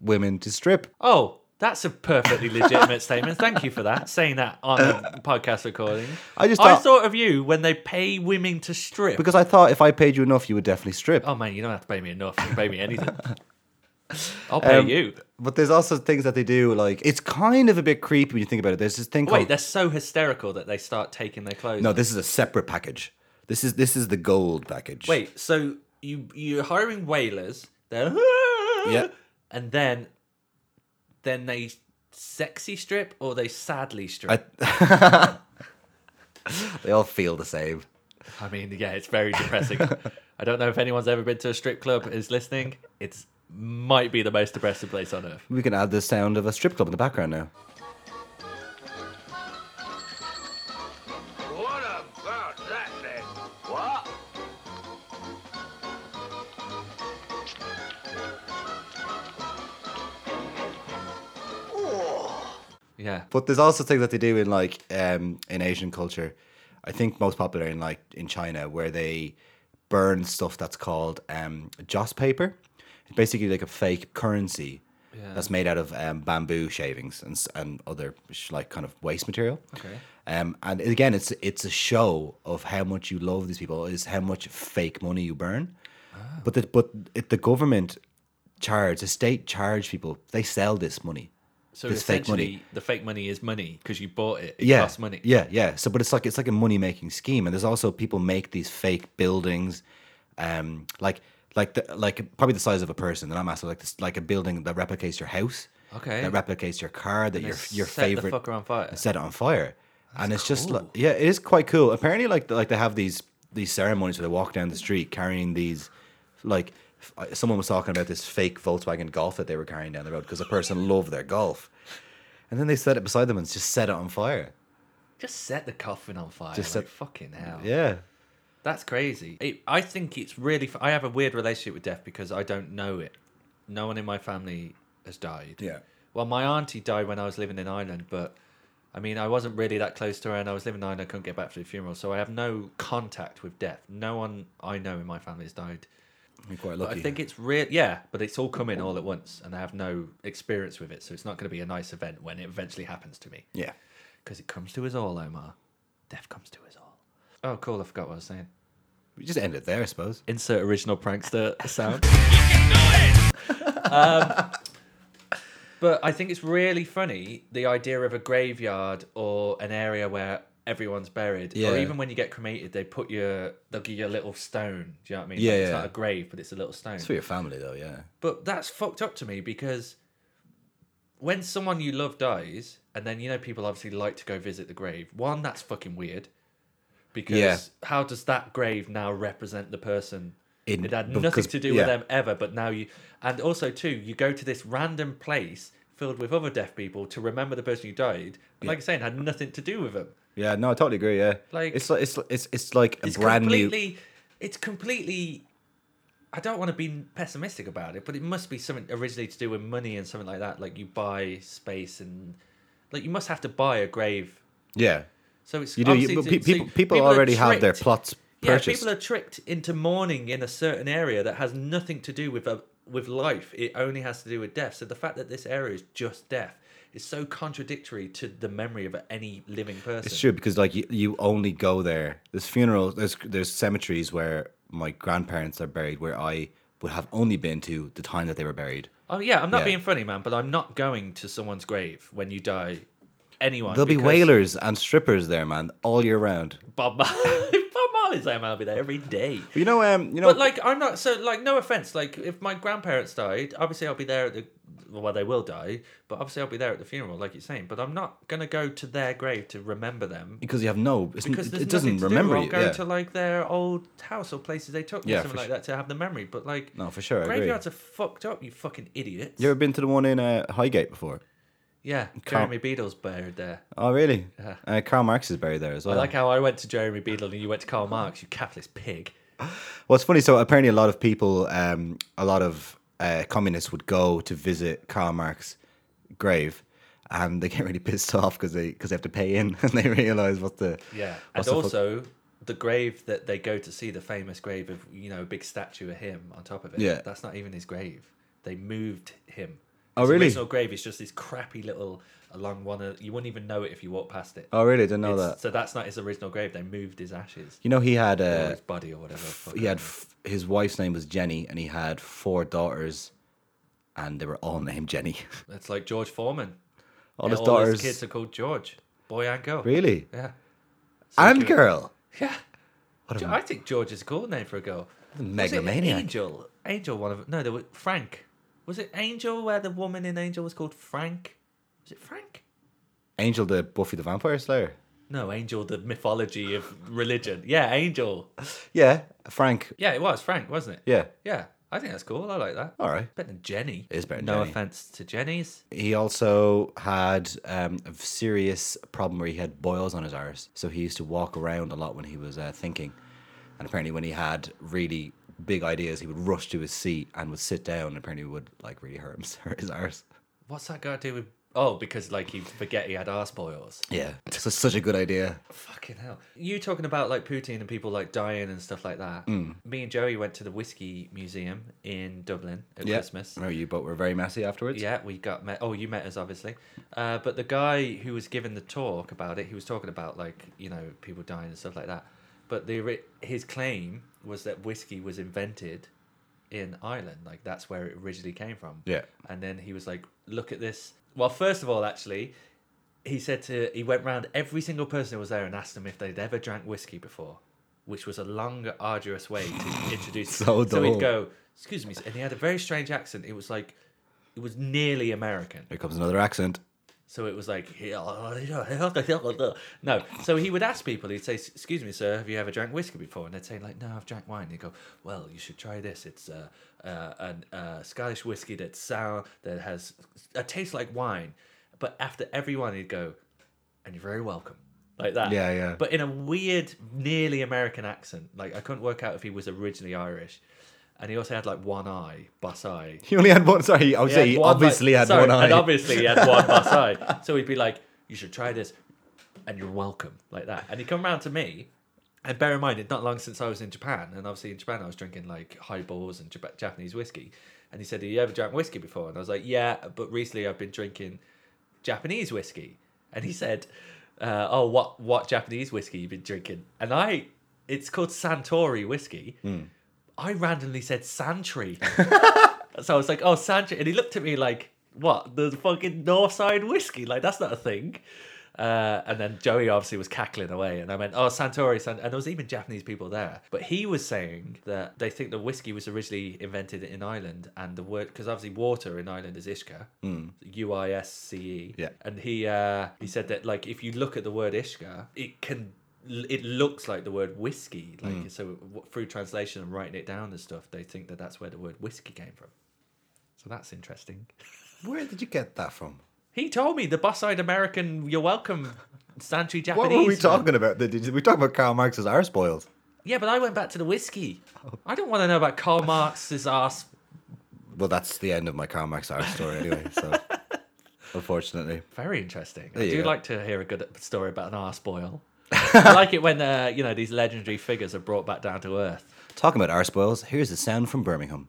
women to strip. oh, that's a perfectly legitimate statement. Thank you for that. Saying that on a podcast recording. Uh, I just I thought- thought of you when they pay women to strip. Because I thought if I paid you enough, you would definitely strip. oh man, you don't have to pay me enough. You can pay me anything. I'll pay Um, you. But there's also things that they do, like it's kind of a bit creepy when you think about it. There's this thing Wait, called they're so hysterical that they start taking their clothes. no. off. This is a separate package. This is this is the gold package. Wait, so you you're hiring whalers? They're Yeah. and then then they sexy strip or they sadly strip. I- they all feel the same. I mean, yeah, it's very depressing. I don't know if anyone's ever been to a strip club is listening. It's might be the most depressing place on earth. We can add the sound of a strip club in the background now. Yeah. But there's also things that they do in like um, in Asian culture. I think most popular in like in China where they burn stuff that's called um, joss paper. It's basically like a fake currency that's made out of um, bamboo shavings and s- and other sh- like kind of waste material. Okay. Um, and again, it's it's a show of how much you love these people is how much fake money you burn. Ah. But the, but it, the government charge, the state charge people, they sell this money. So It's fake money. essentially, the fake money is money because you bought it. It yeah, costs money. Yeah, yeah. So, but it's like it's like a money making scheme, and there's also people make these fake buildings, um, like like the, like probably the size of a person. And I'm asking like this, like a building that replicates your house, Okay. that replicates your car, that They your your set the favorite fucker on fire. set it on fire, and it's just like yeah, it is quite cool. Apparently, like like they have these these ceremonies where they walk down the street carrying these like. f- uh, Someone was talking about this fake Volkswagen Golf that they were carrying down the road because a person loved their Golf, and then they set it beside them and just set it on fire. Just set the coffin on fire. Just like, set- fucking hell. Yeah. That's crazy. It, I think it's really. f- I have a weird relationship with death because I don't know it. No one in my family has died. Yeah. Well, my auntie died when I was living in Ireland, but I mean, I wasn't really that close to her, and I was living in Ireland. I couldn't get back for the funeral, so I have no contact with death. No one I know in my family has died. You're quite But lucky. I think it's real. Yeah, but it's all coming all at once, and I have no experience with it, so it's not going to be a nice event when it eventually happens to me. yeah. Because it comes to us all, Omar. Death comes to us all. Oh, cool. I forgot what I was saying. We just end it there, I suppose. Insert original prankster sound. um, but I think it's really funny the idea of a graveyard or an area where everyone's buried. Yeah. Or even when you get cremated, they put your they'll give you a little stone. Do you know what I mean? Yeah, Like, It's yeah. not a grave, but it's a little stone. It's for your family, though, yeah. But that's fucked up to me because when someone you love dies, and then you know people obviously like to go visit the grave. One, that's fucking weird. Because Yeah. how does that grave now represent the person? In- it had nothing because- to do yeah. with them ever, but now you and also too, you go to this random place filled with other deaf people to remember the person who died. and Like I saying, had nothing to do with them. Yeah, no, I totally agree. Yeah, Like- it's like it's it's it's like a It's brand new. completely it's completely I don't want to be pessimistic about it, but it must be something originally to do with money and something like that. Like you buy space and like you must have to buy a grave. Yeah, So it's you do. obviously You, to- pe- so people people are already have their tricked. plots Yeah, purchased. people are tricked into mourning in a certain area that has nothing to do with a, with life. It only has to do with death. So the fact that this area is just death is so contradictory to the memory of any living person. It's true because like you, you only go there. There's funerals. There's there's cemeteries where my grandparents are buried, where I would have only been to the time that they were buried. Oh yeah, I'm not Yeah. being funny, man, but I'm not going to someone's grave when you die. Anyone? There'll be because wailers and strippers there, man, all year round. Bob Marley. If Bob Marley's there, man. I'll be there every day. But you know, um, you know, But like, I'm not so like. No offense. Like, if my grandparents died, obviously I'll be there at the. Well, they will die, but obviously I'll be there at the funeral, like you're saying. But I'm not gonna go to their grave to remember them because you have no, it's, because because there's it doesn't nothing to remember do. I'll you. go yeah. to like their old house or places they took me, Yeah, something for like that, to have the memory. But like, No, for sure, I agree. graveyards are fucked up. You fucking idiots. You ever been to the one in uh, Highgate before? yeah, Can't- Jeremy Beadle's buried there. Oh, really? Uh, Karl Marx is buried there as well. I like how I went to Jeremy Beadle and you went to Karl Marx, you capitalist pig. well, it's funny. So apparently, a lot of people, um, a lot of uh, communists would go to visit Karl Marx's grave, and they get really pissed off because they because they have to pay in, and they realize what the And what's the fuck- also, the grave that they go to see, the famous grave of, you know, a big statue of him on top of it. Yeah. That's not even his grave. They moved him. Oh, His really? original grave is just this crappy little, along one of, you wouldn't even know it if you walked past it. oh, really? I didn't know It's- that. So that's not his original grave. They moved his ashes. You know, he had or uh, his body or whatever. the fuck he it had was. f- his wife's name was Jenny, and he had four daughters, and they were all named Jenny. That's like George Foreman. Yeah, all his all daughters, his kids are called George, boy and girl. really, Yeah. So and good. girl. Yeah. What Jo- a I think George is a cool name for a girl. Was it megalomaniac. Angel. Angel, one of. No, there was Frank. Was it Angel where the woman in Angel was called Frank? Was it Frank? Angel, the Buffy the Vampire Slayer. No, Angel, the mythology of religion. Yeah, Angel. Yeah, Frank. Yeah, it was Frank, wasn't it? Yeah, Yeah. I think that's cool. I like that. all right. Better than Jenny. It is better than no Jenny. offense to Jenny's. He also had um, a serious problem where he had boils on his arse, so he used to walk around a lot when he was uh, thinking. And apparently, when he had really big ideas, he would rush to his seat and would sit down. And apparently, would like really hurt him, hurt his arse. What's that got to do with Oh, because like you forget he had arse boils. Yeah, it's just such a good idea. Fucking hell. You talking about like Putin and people like dying and stuff like that. Mm. Me and Joey went to the Whiskey Museum in Dublin at Yeah. Christmas. Remember you both were very messy afterwards. Yeah, we got met. Oh, you met us obviously. Uh, but the guy who was giving the talk about it, he was talking about like you know people dying and stuff like that. But the ori- his claim was that whiskey was invented in Ireland, like that's where it originally came from. Yeah. And then he was like, "Look at this." Well, first of all, actually, he said to he went round every single person who was there and asked them if they'd ever drank whiskey before, which was a long, arduous way to introduce. So dull. he'd go, "Excuse me," and he had a very strange accent. It was like it was nearly American. Here comes another accent. So it was like, oh, no. So he would ask people, he'd say, Excuse me, sir, have you ever drank whiskey before? And they'd say, like, No, I've drank wine. He'd go, Well, you should try this. It's uh, uh, an uh, Scottish whiskey that's sour, that has a taste like wine. But after every one, he'd go, And you're very welcome. Like that. Yeah, yeah. But in a weird, nearly American accent. Like, I couldn't work out if he was originally Irish. And he also had like one eye, bus eye. He only had one. Sorry, I would He say had he one, like- obviously had sorry, one eye. And obviously he had one bus eye. So he'd be like, "You should try this, and you're welcome," like that. And he'd come round to me. And bear in mind, it's not long since I was in Japan, and obviously in Japan I was drinking like highballs and Jap- Japanese whiskey. And he said, "Have you ever drank whiskey before?" And I was like, "Yeah, but recently I've been drinking Japanese whiskey." And he said, uh, "Oh, what what Japanese whiskey you been drinking?" And I, it's called Santori whiskey. Hmm. I randomly said Santry. So I was like, oh, Sancho. And he looked at me like, what? The fucking Northside whiskey? Like, that's not a thing. Uh, and then Joey obviously was cackling away. And I went, oh, Santori. San-. And there was even Japanese people there. But he was saying that they think the whiskey was originally invented in Ireland. And the word, because obviously water in Ireland is Ishka, U I S C E. Yeah. And he, uh, he said that, like, if you look at the word Ishka, it can. It looks like the word whiskey, like so. w- Through translation and writing it down and stuff, they think that that's where the word whiskey came from. So that's interesting. Where did you get that from? He told me the bus-eyed American, you're welcome, Santry Japanese. What were we man." talking about? Did we talk about Karl Marx's arse boils? Yeah, but I went back to the whiskey. Oh. I don't want to know about Karl Marx's ass. Well, that's the end of my Karl Marx arse story anyway. So, unfortunately, Very interesting. There I you do go. like to hear a good story about an arse boil. I like it when, uh, you know, these legendary figures are brought back down to earth. talking about arse boils. Here's a sound from Birmingham.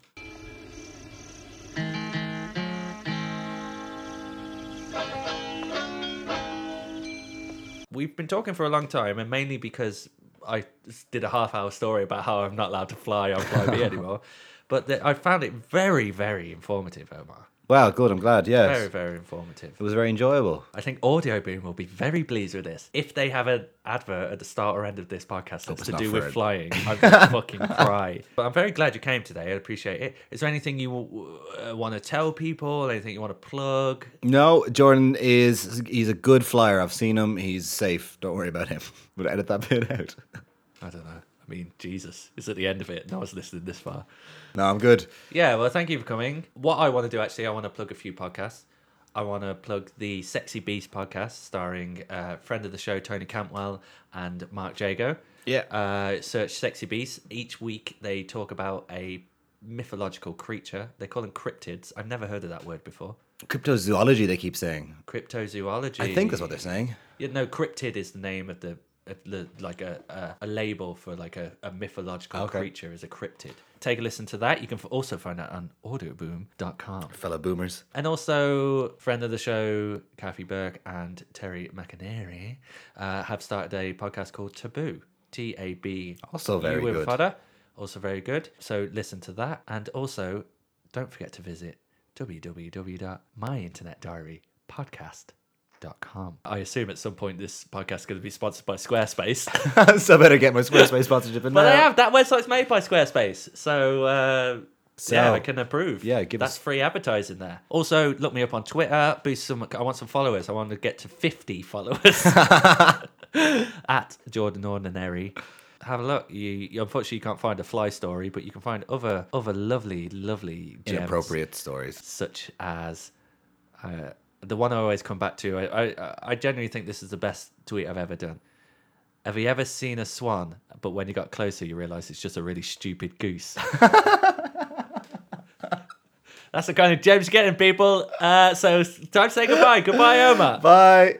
We've been talking for a long time, and mainly because I did a half-hour story about how I'm not allowed to fly on Fly Me anymore. But th- I found it very, very informative, Omar. Wow, good. I'm glad. Yes, Very, very informative. it was very enjoyable. I think Audio Boom will be very pleased with this. If they have an advert at the start or end of this podcast that's to not do fair. with flying, I'm gonna fucking cry. But I'm very glad you came today. I appreciate it. Is there anything you uh, want to tell people? Anything you want to plug? No, Jordan is he's a good flyer. I've seen him. He's safe. Don't worry about him. We'll edit that bit out. I don't know. I mean, Jesus, it's at the end of it. No one's listening this far. No, I'm good. Yeah, well, thank you for coming. What I want to do actually, I want to plug a few podcasts. I want to plug the Sexy Beast podcast starring uh, friend of the show Tony Campwell and Mark Jago. Yeah. Uh, search Sexy Beast. Each week they talk about a mythological creature. They call them cryptids. I've never heard of that word before. Cryptozoology, they keep saying. Cryptozoology. I think that's what they're saying. Yeah, no, cryptid is the name of the, of the like a, a a label for like a, a mythological Okay. creature is a cryptid. Take a listen to that. You can f- also find that on audioboom.com. Fellow boomers. And also, friend of the show, Kathy Burke and Terry McInerney uh, have started a podcast called Taboo. T A B. Also very You and good. Fodder. Also very good. So listen to that. And also, don't forget to visit www.myinternetdiarypodcast.com. I assume at some point this podcast is going to be sponsored by Squarespace. so I better get my Squarespace sponsorship in But now. they have that website's made by Squarespace, so, uh, yeah, So, I can approve. yeah, give that's us- free advertising there. Also, look me up on Twitter. Boost some. I want some followers. I want to get to fifty followers at Jordan Ordinary. Have a look. You, you unfortunately you can't find a fly story, but you can find other other lovely, lovely gems, Inappropriate stories. such as uh, the one I always come back to. I, I I genuinely think this is the best tweet I've ever done. Have you ever seen a swan, but when you got closer, you realise it's just a really stupid goose? That's the kind of gems you're getting, people. Uh, so time to say goodbye. goodbye, Omar. Bye.